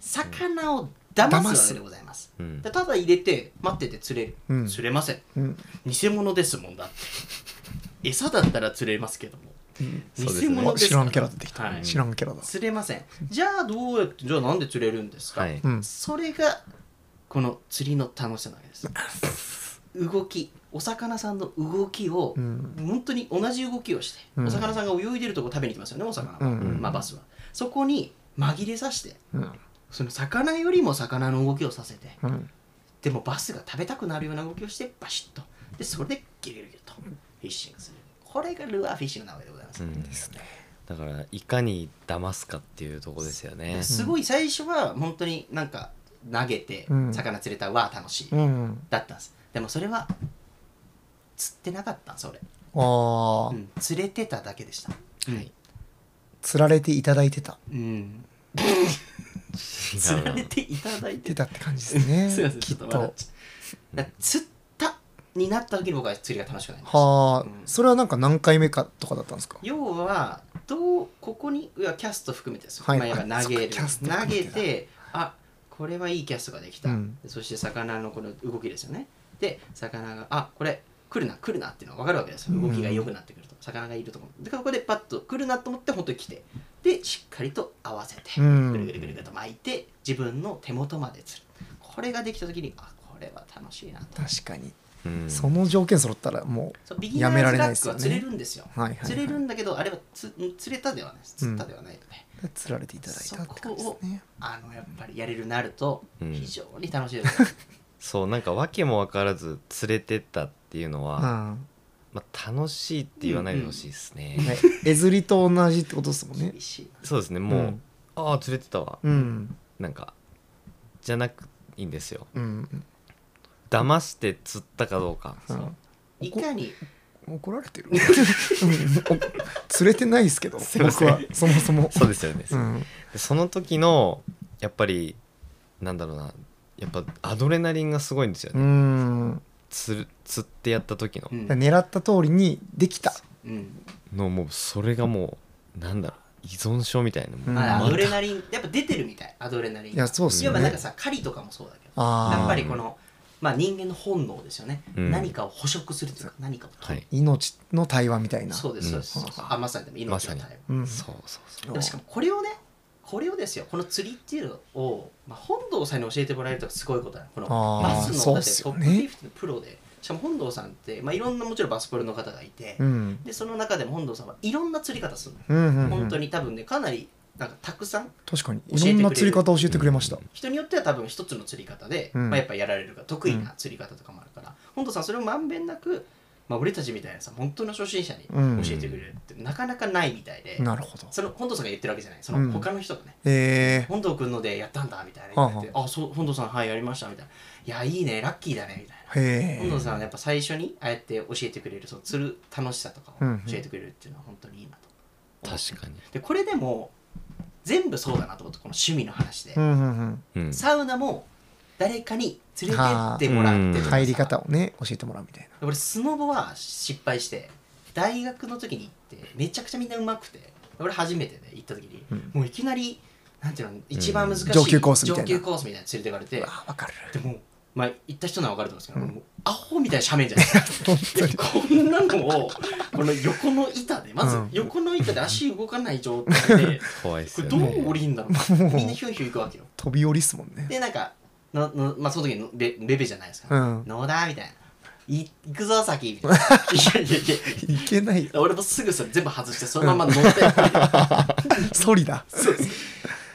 A: 魚を騙すわけでございます、
C: うん
A: でただ入れて待ってて釣れる、
B: うん
A: 釣れません
B: うん
A: 偽物ですもんだって餌だったら釣れますけども
C: そうです
A: 偽
C: ね
A: 物
B: あ
A: です
B: 知
A: から
B: んキャラ出てき
A: は
B: た
A: い
B: 知らんキャラだ
A: 釣れませんじゃあどうやってじゃあなんで釣れるんですか、
C: はい
B: うん
A: それがこの釣りの楽しさなわけです動きお魚さんの動きを、
B: うん
A: 本当に同じ動きをして、
B: うん
A: お魚さんが泳いでるとこ食べに来ますよねお魚は、
B: うん
A: まあ、バスはそこに紛れさせて
B: うん
A: その魚よりも魚の動きをさせて
B: うん
A: でもバスが食べたくなるような動きをしてバシッとでそれでギリギリとフィッシングするこれがルアーフィッシングなわけでございます、
C: うん
B: ですね
C: だからいかに騙すかっていうとこですよね
A: すごい最初は本当になんか投げて
B: うん
A: 魚釣れたわ楽しい、
B: うん
A: だったんですでもそれは釣ってなかったんそれ、
B: ああ
A: うん、釣れてただけでした、はい
B: 釣られていただいてた
A: うん、
C: 違
A: 釣
C: うな
A: られていただいて
B: 出
A: た
B: たって感じです ね
A: すいません
B: き
A: ちょ
B: っ
A: っと笑っ
B: と
A: ちゃうだから釣ったになった時に僕は釣りが楽しくなりました
B: はあ、
A: うん
B: それはなんか何回目かとかだったんですか
A: 要はどうここにいやキャスト含めてですよ、
B: はい
A: まあ、やっぱ投げる
B: あそっかキャスト
A: 投
B: 含め
A: げ
B: てだ
A: てあこれはいいキャストができた、
B: うん
A: そして魚のこの動きですよねで魚があこれ来るな来るなっていうのが分かるわけですよ動きが良くなってくると、魚がいるところでここでパッと来るなと思って本当に来てでしっかりと合わせて、
B: うん
A: ぐるぐるぐるぐると巻いて自分の手元まで釣るこれができた時にあこれは楽しいなと
B: 確かに、
C: うん
B: その条件揃ったらも
A: そうビギナ
B: やめ
A: ー
B: ら
A: ズ
B: れな
A: ラ
B: いで
A: ッ
B: す
A: ク
B: よ
A: は
B: ね
A: 釣れるんですよ
B: う、はいはいはい、
A: 釣れるんだけどあれはつ釣れたではないです釣ったではないので、
B: 釣られていただいたって感じですね
A: あのやっぱりやれるようになると
C: うん
A: 非常に楽しいです、
C: そうなんか訳も分からず連れてったっていうの
B: う
C: は、
B: ん
C: まあ、楽しいって言わないでほしいですね、
B: ねえずりと同じってことですもんね
A: 厳しいな
C: そうですねもう、
B: うん
C: ああ連れてたわ、
B: うん
C: なんかじゃなくいいんですよ
B: うん
C: 騙して釣ったかどうか、
B: うん
A: いかに
B: 怒られてる うんお釣れてないですけど
C: すいま
B: 僕
C: せん
B: はそもそも
C: そうですよね、
B: うん
C: でその時のやっぱりなんだろうなやっぱアドレナリンがすごいんですよ
B: う
C: ね、
B: ん
C: 釣る釣ってやった時の、
A: うん
B: 狙った通りにできた
A: うん
C: のもうそれがもうなんだろう依存症みたいな、
B: うん
A: まあ
B: また
A: アドレナリンやっぱ出てるみたいアドレナリン
B: いやそうっす
A: 要
B: よ
A: は
B: ね
A: なんかさ狩りとかもそうだけど
B: あー
A: やっぱりこのまあ人間の本能ですよね、
C: うん
A: 何かを捕食するというか何かを
C: は
A: 取る、
C: い、
B: 命の対話みたいな
A: そうですそうです、
B: うん
A: そうそうあまさにでも命の対
C: ま
A: 話
C: さ、に
B: うん
C: そうそうそう
A: でもしかもこれをねこれをですよこの釣りっていうのを、まあ、本堂さんに教えてもらえるとかすごいことだこの
B: あー
A: バス
B: そ
A: のだ
B: うっ
A: って
B: す
A: ト
B: よ
A: ッ
B: ね
A: プ50のプロでしかも本堂さんって、まあ、いろんなもちろんバスプロの方がいて、
B: うん
A: でその中でも本堂さんはいろんな釣り方するの、
B: うんうんうん
A: 本当に多分ねかなりなんかたくさん
B: 確かに
A: えてくれ
B: い
A: る
B: ろんな釣り方教えてくれました、
A: 人によっては多分一つの釣り方で、
B: うん
A: まあ、やっぱやられるが得意な釣り方とかもあるから、本当さそれをまんべんなく、まあ、俺たちみたいなさ本当の初心者に
B: うん
A: 教えてくれるってなかなかないみたいで、
B: なるほど
A: その本堂さんが言ってるわけじゃないそうの
B: ん
A: 他の人がね、
B: え
A: 本堂君のでやったんだみたいな言われて「
B: は
A: あそう本堂さんはいやりました」みたいな「いやいいねラッキーだね」みたいな。
B: ー、へ
A: 本堂
B: え
A: さんはやっぱ最初にああやって教えてくれるその釣る楽しさとか
B: うんう
A: を
B: ん
A: 教えてくれるっていうのは本当にいいなと、
C: 確かに
A: でこれでも全部そうだなと思ってこの趣味の話で、
B: うんうん
C: うん
A: サウナも誰かに連れてってもらってと
B: うん
A: かさ
B: 入り方をね教えてもらうみたい
A: 俺スノボは失敗して大学の時に行ってめちゃくちゃみんなうまくて俺初めてね行った時に、
B: うん
A: もういきなりなんていうの一番難しい、
B: 上級コースみたいな
A: 上級コースみたいなの連れてかれて
B: なあわ かる
A: でもまあ行った人なら分かると思うんですけど、
B: うん
A: もうアホみたいな斜面じゃないですか
B: 本当
A: こ
B: に
A: んなのをこの横の板でまず
B: うん
A: 横の板で足動かない状態で
C: 怖いで
A: こ
C: す
A: れ
C: よ
A: ど
C: ね
A: う降りんだろう
B: もう
A: みんなヒュンヒュン行くわけよ
B: 飛び降りっすもんね
A: でなんかのの、まあ、その時のレレベじゃないですか、
B: うん
A: 野田みたいな。い行くぞ先みたいな。いやいやい
B: いけない よ
A: や、俺もすぐそれ全部外して、そのまま乗って、
B: ソリだ
A: そう です。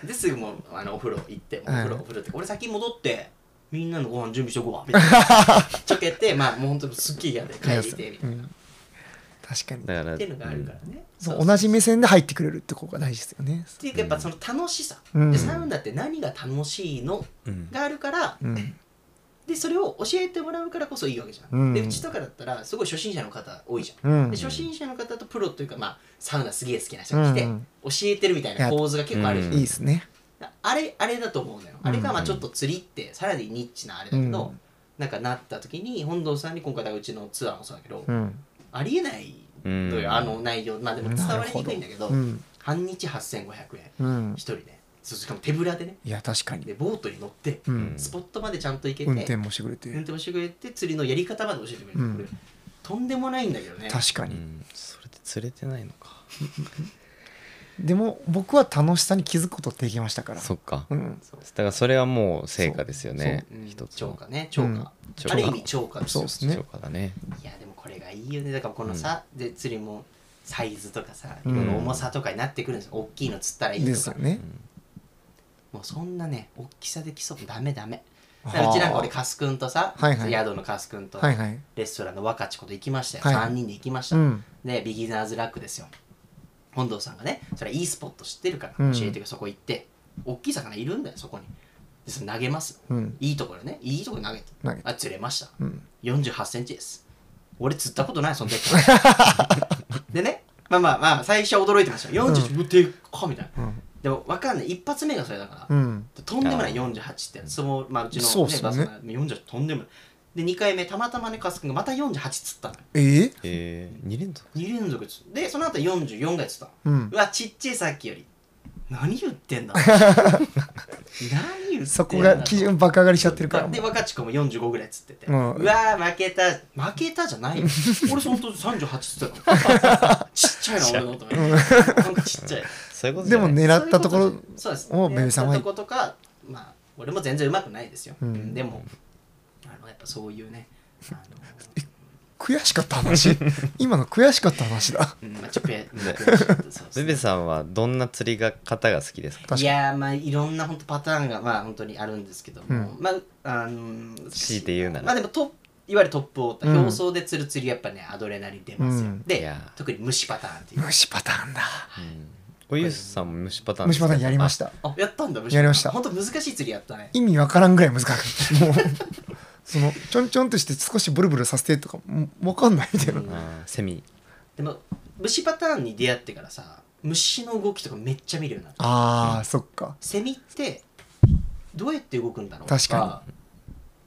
A: ですぐもうあのお風呂行って、もうお風呂、
B: うん
A: お風呂って、俺先戻って、みんなのご飯準備しとこうわ、みたい な。ちょけて、まあもう本当にすっきりやで帰りて、みた
B: う
A: いな。
B: ん、確かに
C: だから
A: っていうのがあるからね。
B: そう
A: そう
B: 同じ目線で入ってくれるってここが大事ですよね
A: っていうかやっぱその楽しさ、
B: うん
A: でサウナって何が楽しいの
C: うん
A: があるから、
B: うん
A: でそれを教えてもらうからこそいいわけじゃん、
B: うん
A: でうちとかだったらすごい初心者の方多いじゃん、
B: うん
A: で初心者の方とプロというか、まあ、サウナすげえ好きな人が来て、
B: うん
A: 教えてるみたいな構図が結構あるじゃん
B: いいですね
A: あれあれだと思うのよ、あれがまあちょっと釣りってさらにニッチなあれだけど、
B: うん
A: なんかなった時に本堂さんに今回だからうちのツアーもそうだけど、
B: うん
A: ありえないのよ、
C: うん
A: あの内容まあでも伝わりにくいんだけど
B: うん
A: 半日8500円
B: うん
A: 一人でそうしかも手ぶらでね
B: いや確か
A: で
B: に、
A: ボートに乗って、
B: うん、
A: スポットまでちゃんと行けて、
B: 運転もしてくれて、
A: 運転もしてくれて釣りのやり方まで教えてくれる、
B: うん
A: これとんでもないんだけどね
B: 確か
C: う
B: に、
C: んそれで釣れてないのか
B: でも僕は楽しさに気づくことできましたから
C: そっか
B: うん、
A: そう
C: だからそれはもう成果ですよね
A: うん
C: 一つ
A: 超
C: の
A: 過ね超過、
B: うん
C: 超過
A: ある意味超過です
B: そう
A: よ
B: ですね
C: 成果だね
A: いやでもこれがいいよねだからこのさ、で釣りもサイズとかさい
B: うん
A: ろいろ重さとかになってくるんですよ、大きいの釣ったらいい
B: で
A: と
B: す
A: か
B: よね、
A: もうそんなね大きさで競うダメダメだ
B: はあ
A: からうちなんか俺カス君とさ、
B: はいはい
A: 宿のカス君と
B: はいはい
A: レストランの若ちこと行きましたよ、
B: はい
A: 3人で行きました、
B: うん
A: でビギナーズラックですよ本堂さんがねそれいいスポット知ってるから
B: うん
A: 教えてくれそこ行って大きい魚いるんだよそこにでそれ投げます
B: うん
A: いいところねいいところ投げて
B: 投げて
A: あ釣れました
B: うん
A: 4 8センチです俺釣ったことないその時 でねまあまあまあ最初は驚いてましたよ40、うわでっかみたいな
B: うん
A: でも分かんない一発目がそれだから、
B: うん
A: とんでもない48ってその、まあ、うちの、ね、
B: そうっすよ
A: バ
B: ね
A: スが48とんでもないで2回目たまたまねカス君がまた48釣ったのよ
B: えー、
C: えー、2連続
A: 2連続釣ってでその後44回釣ったの
B: うん
A: うわちっちゃいさっきより何言って んだ何言ってんだ
B: そこが基準爆上がりしちゃってるから
A: で若ち子も45ぐらいっつってて、う
B: うん
A: わー負けた負けたじゃない よ俺その当時38っつってたのちっちゃいな俺のと思ってなんかちっちゃい
C: そういうことじ
B: で
C: ゃな
B: も
C: い
B: 狙ったところ
A: そうです
B: おめぐみさんは
A: 狙ったとことかまあ俺も全然うまくないですよ、
B: うん
A: でもあのやっぱそういうねあの、
B: 悔しかった 話今の悔しかった話だ
A: うんまあ、ちょっとや悔しかったそうです
C: ベ
A: ね
C: ベさんはどんな釣りが方が好きですか
B: 確かに
A: いやーまあいろんな本当パターンがまあ本当にあるんですけども、
B: うん
A: まああのー
C: 強いて言うなら
A: まあでもトップいわゆるトップオーター、
B: うん
A: 表層で釣る釣りやっぱねアドレナリン出ますよ、
B: うん
C: い
A: で
C: やー
A: 特に虫パターンっていう
B: 虫パターンだ
C: うんおゆうすさんも虫パターン
B: 虫パターンやりましたた
A: あやったんだ虫
B: やりました
A: 本当難しい釣りやったね
B: 意味わからんぐらい難しい もうそのちょんちょんとして少しブルブルさせてとかもわかんないみたいな、
A: うん
C: セミ
A: でも虫パターンに出会ってからさ虫の動きとかめっちゃ見るようになった
B: あーそっか
A: セミってどうやって動くんだろう
B: 確か
A: に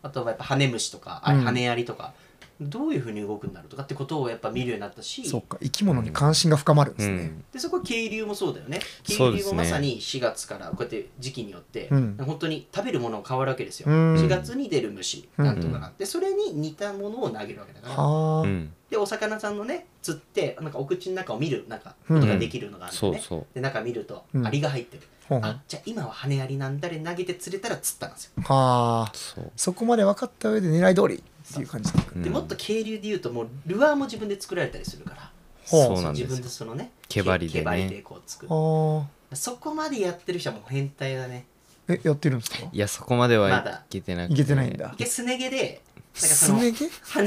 A: あとはやっぱ羽虫とかあれ
B: うん
A: 羽アリとか、どういうふうに動くんだろうとかってことをやっぱ見るようになったし
B: そっか生き物に関心が深まるんですね、
A: でそこは渓流もそうだよね
C: そ
A: 渓
C: うで
A: 流
C: す
A: もま
C: ね
A: さに4月からこうやって時期によって、
B: うん
A: 本当に食べるものが変わるわけですよ、
B: うん
A: 4月に出る虫なんとかなって、それに似たものを投げるわけだから、
B: はあ、
C: うん、うん
A: でお魚さんのね釣ってなんかお口の中を見るなんかことができるのがあるんだよ
C: そう
A: ね、
C: そう
A: で中見ると
B: うん
A: アリが入ってる、
B: ほんほん
A: あじゃあ今は羽アリなんだで投げて釣れたら釣ったんですよ、
B: はあ
C: そう
B: そこまで分かった上で狙い通りっていう感じでいく
C: うん
A: でもっと渓流でいうともうルアーも自分で作られたりするから
B: ほう
C: そうなんです
A: 自
C: よ
A: 分でそのね
C: 毛針でね
A: 毛針でこう作る
B: は
A: そこまでやってる人はもう変態だね
B: えやってるんですか
C: いやそこまでは
A: まだ
C: いけてなく
B: いけてないんだ
A: 一回すね毛でなんか
B: す
A: その
B: ね毛
A: 羽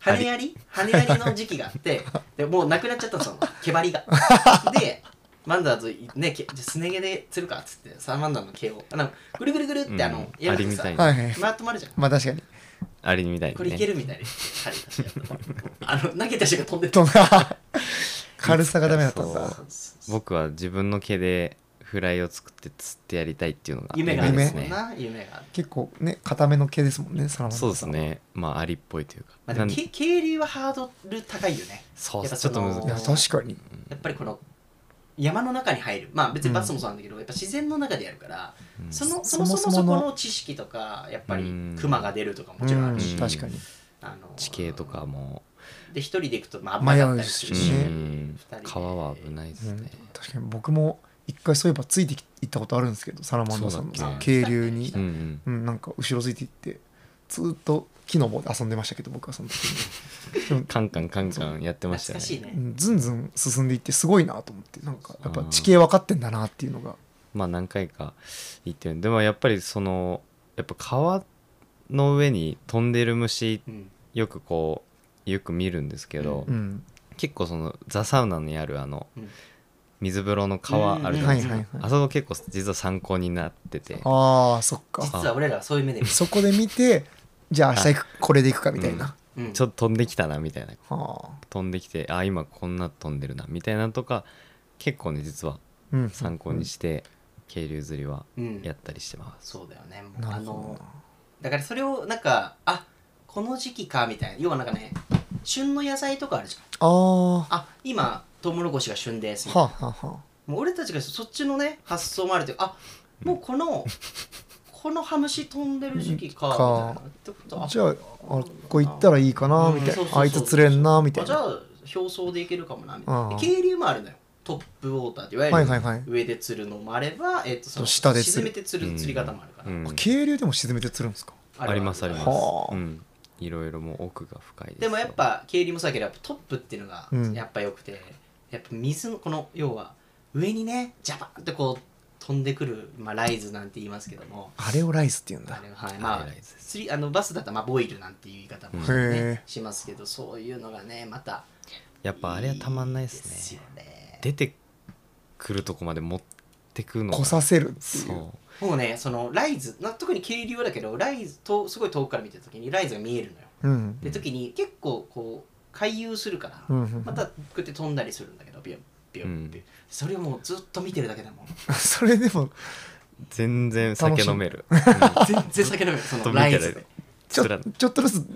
A: 羽やり羽やりの時期があってでもうなくなっちゃったのその毛張りがでマンダーズねけじゃあすね毛で釣るかっつってサラマンダーの毛をあのぐるぐるぐるってあの、
C: うん
A: やると
C: 針み
A: さ
C: たいな
B: はいはい
A: まとまるじゃん
B: まあ確かに
C: あれみたい
A: こ
C: に
A: れいけ
C: ね
A: るみたいに針出してやったらあの投げた人が飛んで
B: と
A: た
B: な軽さがダメだったんだ
A: そうそうそう
C: 僕は自分の毛でフライを作って釣ってやりたいっていうのが
A: 夢があるで
B: 夢
C: ですす
A: もん
C: ね
A: な夢がある
B: 結構ね固めの毛ですもんねサラマンダーさん
C: そうですねまあありっぽいというか、
A: まあ、で
C: な
A: も
C: ん
A: け渓流はハードル高いよね
C: そう
A: やっぱ
C: ちょっと
A: そ
C: 難
A: の
B: いや
C: しい
B: 確かに
A: やっぱりこの山の中に入るまあ別にバスもそうなんだけど、やっぱ自然の中でやるから、
C: うん
A: そのそ
B: そ
A: も
B: も
A: そ
B: そ
A: も
B: も
A: そこの知識とかやっぱ
C: う
A: り
C: ん
A: 熊が出るとかも
B: う
A: ちろんある
B: ん
A: し、
C: うん
B: 確かに
A: あの
C: 地形とかも、
A: で一人で行くとまあ危なかったりするし、
B: 迷うし
C: う
B: ね
C: ん
A: 二人で
C: 川は危ないです
B: うん
C: ね、
B: 確かに僕も一回そういえばついてき行ったことあるんですけどサラマンダーさんの
C: そうだっ
A: け
B: 渓流に
A: う
C: うんん
B: うん、なんか後ろついていってずーっと木の棒で遊んでましたけど僕はその時にでも
C: カンカンカンカンやってました
A: 懐か
C: ね
A: しい ね、
B: うんずんずん進んでいってすごいなと思ってなんかやっぱ地形分かってんだなっていうのが
C: まあ何回か行ってるでもやっぱりそのやっぱ川の上に飛んでる虫
A: うん
C: よくこうよく見るんですけど、
B: うん
C: 結構そのザ・サウナにあるあの
A: うん
C: 水風呂の川あるじゃないですか、
B: うんうんうんはいはいはい
C: あそこ結構実は参考になってて
B: あーそっか
A: 実は俺らはそういう目 で見る、
B: そこで見てじゃあ明日行くこれで行くかみたいな、
A: うん
C: ちょっと飛んできたなみたいな
B: はあ
C: 飛んできてあ今こんな飛んでるなみたいなのとか結構ね実は
B: うん
C: 参考にして渓流釣りは
A: うん
C: やったりしてます、
A: そうだよねもう
B: な
A: あ
B: るほ
A: の
B: ど
A: だからそれをなんかあこの時期かみたいな要はなんかね旬の野菜とかあるじゃん
B: ああは
A: あ今トウモロコシが旬ですみたいな
B: あはあは
A: もう俺たちがそっちのね発想もあるというかあもうこ のこのハムシ飛んでる時期かみたいな
B: か
A: ってこと
B: あ
A: あ
B: じゃああこ行ったらいいかなみたいな、あいつ釣れんなみたい
A: あじゃ
B: な
A: あ表層でいけるかもなみたい
B: うん
A: なで渓流もあるのよトップウォーターっていわゆ
B: はいは
A: る
B: いはい
A: 上で釣るのもあれば、えっとその
B: 下で釣る
A: 沈めて釣る釣り方もあるから、
C: うん
B: あ渓流でも沈めて釣るんですか
A: るる
C: ありますあります、
B: はあ
C: うん、いろいろもう奥が深いです
A: でもやっぱ経理もそうだけどやっぱトップっていうのが
B: うん
A: やっぱ良くて、やっぱ水のこの要は上にねジャバーンってこう飛んでくる、まあ、ライズなんて言いますけども
B: あれをライスって言うん
A: あ
B: だ
A: れははいまあ
C: あれライズ
A: 釣りあのバスだったらまあボイルなんていう言い方も、
B: うん
A: ね
B: へ、
A: しますけどそういうのがねまた
C: やっぱあれはたまんないです
A: い
C: ね
A: よね
C: 出てくるとこまで持ってくのが
B: こさせるっていう
C: そ
A: もうねそのライズな特に渓流はだけどライズとすごい遠くから見てた時にライズが見えるのよ
B: うん
A: で時に結構こう回遊するから、
B: うんうん
A: またこうやって飛んだりするんだけどビュンビュンビュン、それをもうずっと見てるだけ だもん
B: それでも
C: う全然酒飲める
A: 全然酒飲めないそ
C: ずっと
A: の
C: 見
A: ラ
C: て
A: イ
C: られ
A: ズ
C: る
A: で
B: ちょ
C: つらちょ
B: ちょっとずつ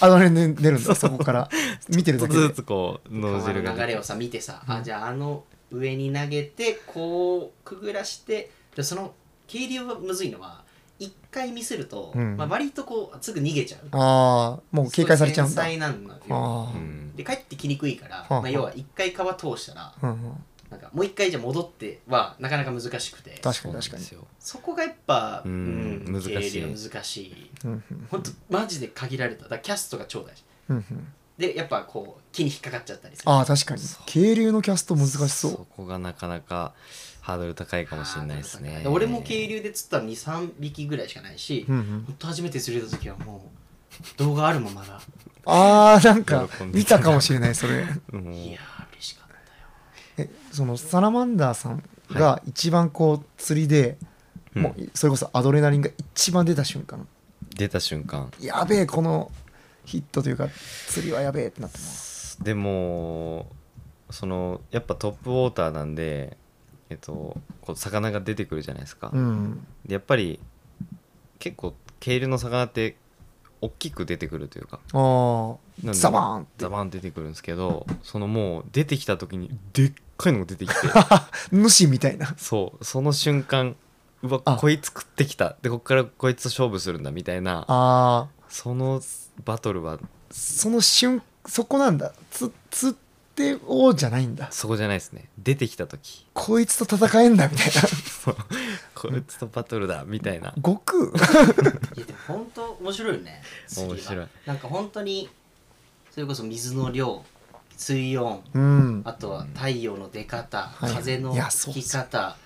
B: あれね出るんだそこから見てる
C: っと
B: だけ
C: ず
B: で
C: つこう脳
A: 川
C: 汁が
A: の流れを
C: 出て
A: さ見てさ、あじゃああの上に投げてこうくぐらしてでその渓流はむずいのは一回見せると、
B: うん
A: まあ、割とこうすぐ逃げちゃう
B: ああもう警戒されちゃうんだ
A: すごい繊細なんだよ
B: あ
C: うん
A: で帰ってきにくいから、
B: あはあ
A: まあ、要は一回川通したら
B: あ、うんうん、
A: なんかもう一回じゃ戻ってはなかなか難しくて
B: 確か
C: そ
B: に
C: うなんで
B: 確かに
C: すよ
A: そこがやっぱ、
C: うん難しい
A: 渓流難しい
B: うんうん
A: 本当マジで限られただからキャストが超大事
B: うんうん
A: でやっぱこう木に引っかかっちゃったりする
B: ああ確かに
C: そう
B: 渓流のキャスト難しそう
C: そこがなかなかハードル高いかもしれないですね
A: で俺も渓流で釣ったの23匹ぐらいしかないし、
B: う
A: ほ
B: ん
A: ん、
B: うん、
A: と初めて釣れた時はもう動画あるもんまだ
B: ああなんか
C: 喜んで
B: 見たかもしれないそれ
C: もう
A: いやー嬉しかったよ
B: えそのサラマンダーさんが一番こう釣りで、
C: うん
B: もうそれこそアドレナリンが一番出た瞬間
C: 出た瞬間
B: やべえこのヒットというか釣りはやべえってなってます
C: でもそのやっぱトップウォーターなんでえっとこう魚が出てくるじゃないですか、
B: うん
C: でやっぱり結構渓流の魚って大きく出てくるというか
B: あ
C: なん
B: あ
C: で
B: ザバーンって
C: ザバン出てくるんですけどそのもう出てきた時にでっかいのが出 てきて
B: 主みたいな
C: そうその瞬間うわ
B: あ
C: こいつ食ってきたでこっからこいつと勝負するんだみたいな
B: ああ
C: そのバトルは
B: その瞬そこなんだつ釣っておうじゃないんだ
C: そこじゃないですね出てきた時
B: こいつと戦えんだみたいな
C: そうこいつとバトルだみたいな
B: 悟空
A: いやでもほんと面白いよね釣りは
C: 面白い
A: なんか本当にそれこそ水の量水温
B: うん
A: あとは太陽の出方、
B: い
A: 風の
B: いやそう
A: 吹き方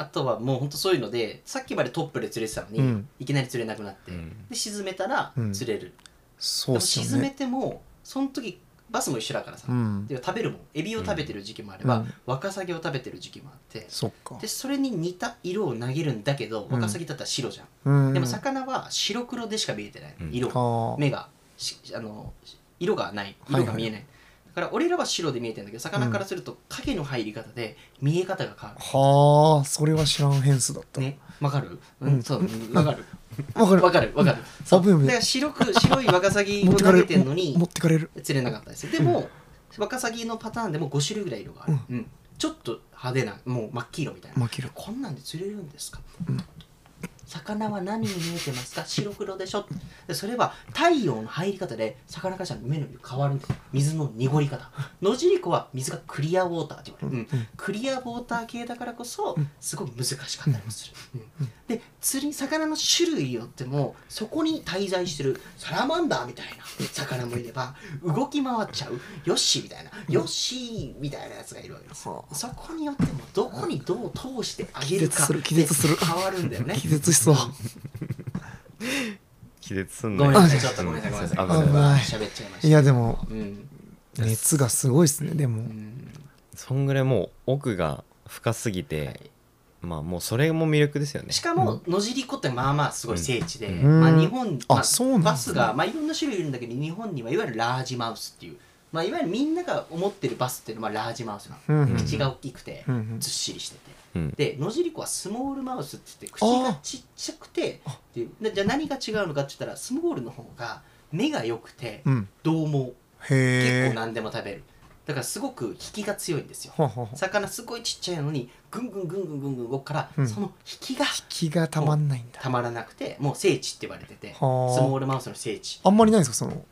A: あとはもうほんとそういうのでさっきまでトップで釣れてたのに、
B: うん
A: いきなり釣れなくなって、
C: うん
A: で沈めたら
B: うん
A: 釣れる、
B: そう
A: で
B: っ
A: も
B: す
A: 沈
B: よ
A: め
B: ね
A: てもその時バスも一緒だからさ、
B: うん
A: で食べるもんエビを食べてる時期もあれば、
B: うん
A: ワカサギを食べてる時期もあって
B: そっか
A: でそれに似た色を投げるんだけど
B: うん
A: ワカサギだったら白じゃん、
B: うん
A: でも魚は白黒でしか見えてない、
C: うん
A: 色
B: あー
A: 目がしあの色がない
B: はいはい
A: 色が見えない、だから俺らは白で見えてるんだけど魚からすると影の入り方で見え方が変わ
B: はあそれは知らん変数だった
A: るねわかるう
B: うんん
A: そううんわかる
B: わかる
A: わかるわかるそう
B: 危ない危ない
A: だから白く白いワカサギ
B: 持
A: を
B: ってか
A: 投
B: れ
A: げ
B: る
A: てんのに
B: 持ってかれる
A: 釣れなかったんですよでもワカサギのパターンでも5種類ぐらい色がある、うんちょっと派手なもう真っ黄色みたいな
B: 負ける
A: こんなんで釣れるんですか、
B: うん
A: 魚は何に見えてますか白黒でしょでそれは太陽の入り方で魚からしたら目の色変わるんです水の濁り方野尻湖は水がクリアウォーターって言われる、うんクリアウォーター系だからこそすごく難しかったりもする、うんで釣り魚の種類によってもそこに滞在してるサラマンダーみたいな魚もいれば動き回っちゃうヨッシーみたいなヨッシーみたいなやつがいるわけです
B: はあ
A: そこによってもどこにどう通してあげるか
B: 気絶する気絶する
A: で変わるんだよね
B: 気絶しそう
C: 気絶すん
A: ごめんなさいちょっとごめんなさいごめんなさい
B: 危ない
A: 喋っちゃいました
B: いやでも
A: うん
B: 熱がすごいですねでも
A: うん
C: そんぐらいもう奥が深すぎて、
A: はい
C: まあもうそれも魅力ですよね
A: しかも野尻湖ってまあまあすごい聖地で、
B: ん
A: まあ、日本、
B: あ
A: まあ
B: そうなんだ
A: バスが、まあ、いろんな種類いるんだけど日本にはいわゆるラージマウスっていう、まあ、いわゆるみんなが思ってるバスっていうのはラージマウスなの、
B: うんうん
A: 口が大きくて、
B: うんうん
A: ずっしりしてて。
C: うん
A: で野尻湖はスモールマウスって言って
B: あ
A: 口
B: ー
A: がちっちゃくてっていうでじゃあ何が違うのかって言ったらスモールの方が目が良くて
B: うん
A: どうも結
B: へ
A: 構
B: え
A: 何でも食べるだからすごく引きが強いんですよ
B: ほうほうほう
A: 魚すごいちっちゃいのにぐんぐんぐんぐんぐんぐん動くから、
B: うん
A: その引きが
B: 気がたまんないんだ
A: たまらなくてもう聖地って言われててス
B: はあ
A: モールマウスの聖地
B: あんまりないんですかその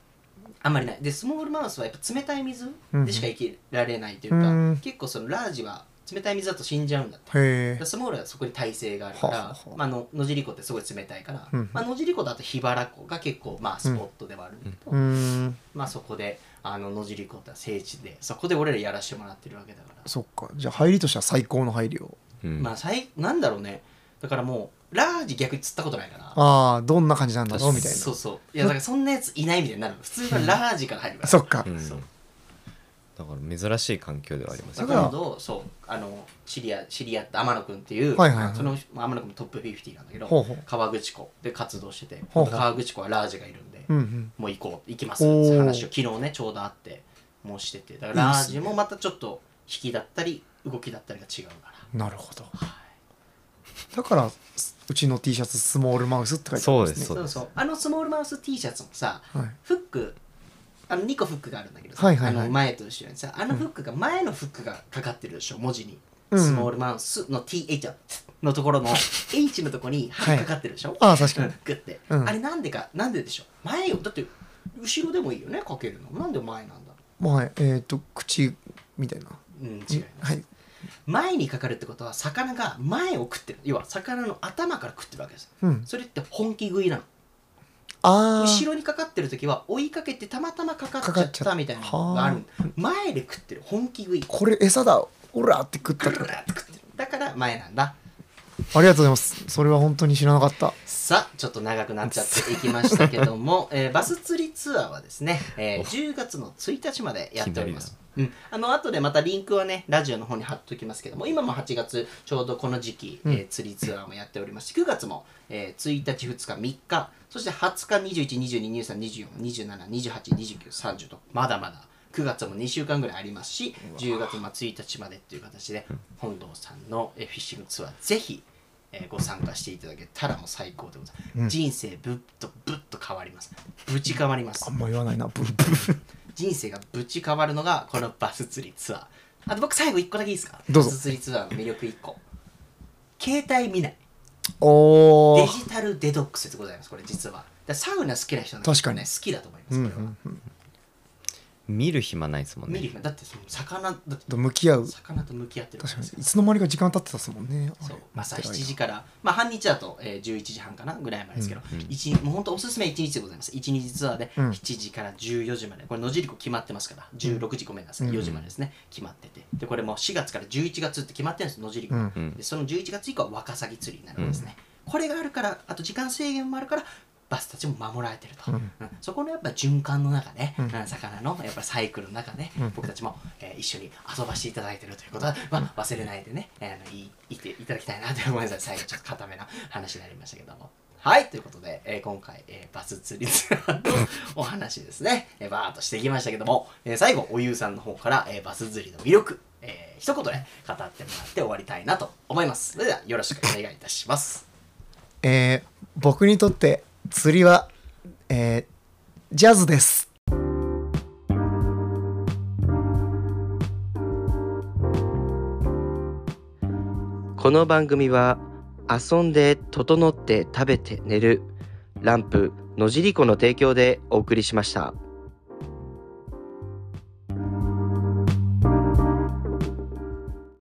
A: あんまりないでスモールマウスはやっぱ冷たい水でしか生きられないというか、
B: うん
A: 結構そのラージは冷たい水だと死んじゃうんだって
B: へえ
A: スモールはそこに耐性があるから、
B: はあはあ
A: まあ、あの野尻湖ってすごい冷たいから、
B: うん
A: まあ、野尻湖だと桧原湖が結構まあスポットではあるんだけど、
B: うーん
A: まあ、そこであの野尻湖って聖地でそこで俺らやらしてもらってるわけだから、
B: そっかじゃあ入りとしては最高の入りを
C: うん
A: まあ最なんだろうねだからもうラージ逆に釣ったことないから
B: ああどんな感じなんだろうみたいな
A: そうそういやだからそんなやついないみたいになるの普通はラージから入るから
B: そっか
C: うん
A: そう
C: だから珍しい環境ではあります
A: だ
C: よ
A: から今度そうあの知り合知り合った天野君っていう、
B: はいはいはい
A: そのまあ天野君もトップ50なんだけど
B: ほうほう
A: 川口湖で活動してて
B: ほうほう
A: 川口湖はラージがいるんで、
B: うんうん
A: もう行こう行きますっ
B: おー
A: ていう話を昨日ねちょうどあってもうしててだからラージもまたちょっと引きだったり動きだったりが違うから
B: なるほどだからすうちの T シャツスモールマウスって書いてあるんですね
A: そ
C: そ
A: うう
C: です
A: そうあのスモールマウス T シャツもさ、
B: はい
A: フックあの2個フックがあるんだけどさ、
B: はいはいはい
A: あの前と後ろにさあのフックが前のフックがかかってるでしょ文字に、
B: うん
A: スモールマウスの TH のとこ ろの H のところに針かかってるでしょ、
B: ああ確か
A: うん
B: に
A: グッて、
B: うん
A: あれなんでかなんででしょう前よだって後ろでもいいよねかけるのなんで前なんだ
B: まあえっと口みたいな
A: うん違います
B: はい
A: 前にかかるってことは魚が前を食ってる要は魚の頭から食ってるわけです
B: うん
A: それって本気食いなの
B: ああ
A: 後ろにかかってる時は追いかけてたまたまかかっちゃ
B: かかっ
A: っ
B: ちゃった
A: たみたいなのがある前で食ってる本気食い
B: これ餌だオラって食った
A: ぐ
B: と
A: るぐるって食ってるだから前なんだ
B: ありがとうございますそれは本当に知らなかった
A: さあちょっと長くなっちゃっていきましたけど も、えーバス釣りツアーはですね、えー10月の1日までやっております。うん、あの後でまたリンクはねラジオの方に貼っておきますけども今も8月ちょうどこの時期、えー釣りツアーもやっておりまして9月も、えー1日2日3日そして20日2122232427282930とまだまだ9月も2週間ぐらいありますし10月の1日までっていう形で本堂さんのえーフィッシングツアーぜひえーご参加していただけたらもう最高でございます、人生ぶっとぶっと変わりますぶち変わります
B: あんま言わないなブンブン
A: 人生がぶち変わるのがこのバス釣りツアーあと僕最後1個だけいいですか
B: どうぞ
A: バス釣りツアーの魅力1個携帯見ない
B: お
A: デ
B: ー
A: ジタルデトックスでございますこれ実はだからサウナ好きな人なんか
B: 確かに
A: ね好きだと思いま
B: う
A: す
B: んう
A: これは、
B: んうん
C: 見る暇ないですもん
A: 見る
C: ね
A: 暇だってその魚だって
B: と向き合う
A: 魚と向き合ってるわ
B: 確
A: けです
B: かに
A: よ
B: いつの間にか時間経ってたっすもんねあ
A: そ
B: れ
A: うまあ、朝7時から、まあ、半日だと、えー、11時半かなぐらいまでですけど、
C: うんうん
A: 一日もう本当おすすめは1日でございます1日ツアーで
B: うん
A: 7時から14時までこれ野尻湖決まってますから16時ごめんなさい
B: うん
A: 4時までですね決まっててでこれもう4月から11月って決まってるんです野尻湖、
B: うん
C: うん
A: でその11月以降はワカサギ釣りになるんですね、これがあるからあと時間制限もあるからバスたちも守られてると、
B: うん
A: うんそこのやっぱ循環の中ね、
B: うん
A: うん魚のやっぱサイクルの中ね、
B: うん
A: 僕たちも、えー一緒に遊ばせていただいてるということは、まあ、忘れないでね、えーあのいいていただきたいなとごめんなさい最後ちょっと固めな話になりましたけども。はいということで、えー今回、えーバス釣りツアーのお話ですね、 えーバーっとしていきましたけども、えー最後おゆうさんの方から、えーバス釣りの魅力、えー一言で語ってもらって終わりたいなと思いますそれではよろしくお願いいたします
B: えー僕にとって釣りは、えージャズです
D: この番組は遊んで整って食べて寝るランプ野尻湖の提供でお送りしました。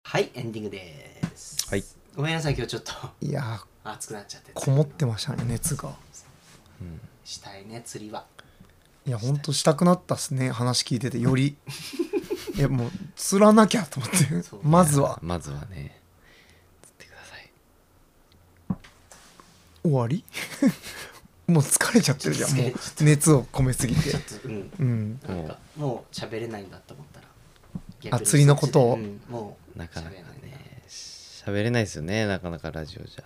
A: はいエンディングです
C: はい
A: ごめんなさい今日ちょっと
B: いやー
A: 暑くなっちゃってて
B: こもってましたね熱が
C: うん
A: したいね釣りはい
B: やほんとしたくなったっすね話聞いててよりいやもう釣らなきゃと思って
A: そう
B: まずは
C: まずはね釣ってください
B: 終わり もう疲れちゃってるじゃんもう熱を込めすぎて
A: ちょっとうん
B: うん
A: なんかもう喋れないんだと思ったら
B: あ釣りのことを
A: うんもう
C: なかなかね
A: 喋れい
C: 喋れないですよねなかなかラジオじゃ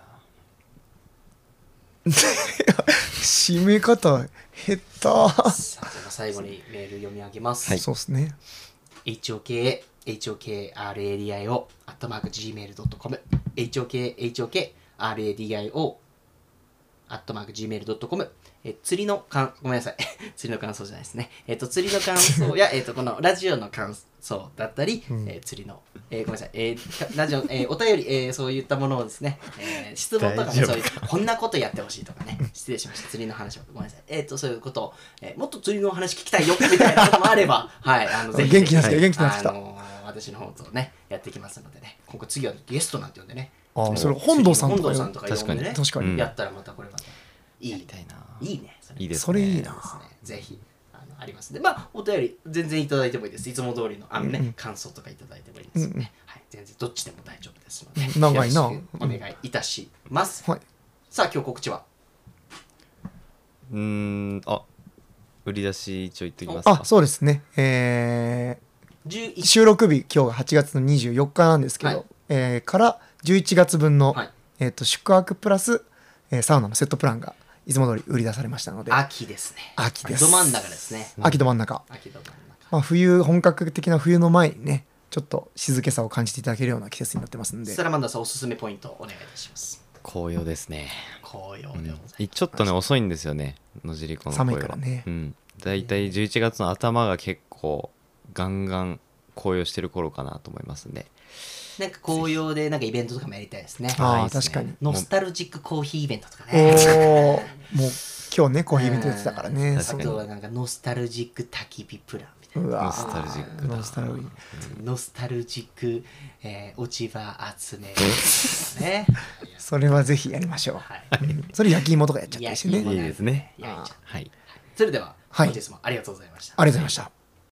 B: 締め方減った、
A: さあでは最後にメール読み上げます、
B: そうっすね
A: HOKA、HOKRADIO、アットマーク Gmail.com、HOKA、HOKRADIO、アットマーク Gmail.com、え釣りの感、ごめんなさい、 釣りの感想じゃないですね。えっ、と、釣りの感想 や、えっ、と、このラジオの感想だったり、
B: うん
A: えー釣りの、えーごめんなさい、えーラジオ、えーお便り、えーそういったものをですね、えー質問とかも
C: 大
A: そ
C: 丈
A: う
C: 夫
A: いう、こんなことやってほしいとかね、失礼しました、釣りの話も、ごめんなさい、えっ、と、そういうことを、えーもっと釣りの話聞きたいよみたいなこともあれ ば、はい、あの、ぜひ
B: 元気出して
A: はい
B: 元気出してきた
A: あのー私の方とね、やっていきますのでね、今回次はゲストなんて呼んでね、
B: あそれ本堂さんとか
A: 本
B: よ
A: 堂さんとか呼んでね、
B: 確かに
C: うん
A: やったらまたこれまた、いい、
C: みたいない
A: いね、それ
C: いいですね
B: それいい
A: で
B: な
A: すね、ぜひ。あのありますんでまあお便り全然いただいてもいいですいつも通りのあのね、
B: うんうん
A: 感想とかいただいてもいいですよね、
B: うんうん
A: はい全然どっちでも大丈夫ですので
B: 長いな
A: よろしくお願いいたします、
B: はい
A: さあ今日告知は
C: うーんあ売り出し一応言っておきますか
B: あそうですねえー
A: 11
B: 収録日今日が8月の24日なんですけど、
A: はい
B: えーから11月分の、
A: はい
B: えー、と宿泊プラス、えーサウナのセットプランがいつも通り売り出されましたので
A: 秋ですね
B: 秋です
A: ど真ん中ですね
B: 秋ど真ん中、
A: 秋ど真ん中
B: まあ、冬本格的な冬の前にねちょっと静けさを感じていただけるような季節になってますんで
A: サラマンダーさんおすすめポイントお願いいたします
C: 紅葉ですね、
A: 紅葉
C: う
A: でござい
C: ん
A: ます、、
C: ちょっとね遅いんですよね野尻湖の紅葉
B: 寒いからね
C: うん、だいたい11月の頭が結構ガンガン紅葉してる頃かなと思いますんで
A: なんか紅葉でなんかイベントとかもやりたいですね
B: ああ
C: いいっす
B: 確
C: ね
B: か
A: ノ
B: に
A: スタルジックコーヒーイベントとか
B: お
A: ね
B: おもう今日ねコーヒーイベントやってたから
A: うん
B: ね
A: あ
C: 確かに
A: とはなんかノスタルジック焚き火プランみたいな
B: うわ
C: ノスタルジックだ
B: ノスタルジック
A: ノスタルジック、えー、落ち葉集 めね
B: それはぜひやりましょう、
A: はい
B: うんそれ焼き芋とかやっちゃったりして
A: 焼き芋
B: ね
C: いいですね
A: やいちゃう
C: はい
A: それでは
B: はい
A: 本日もありがとうございました、
B: ありがとうございました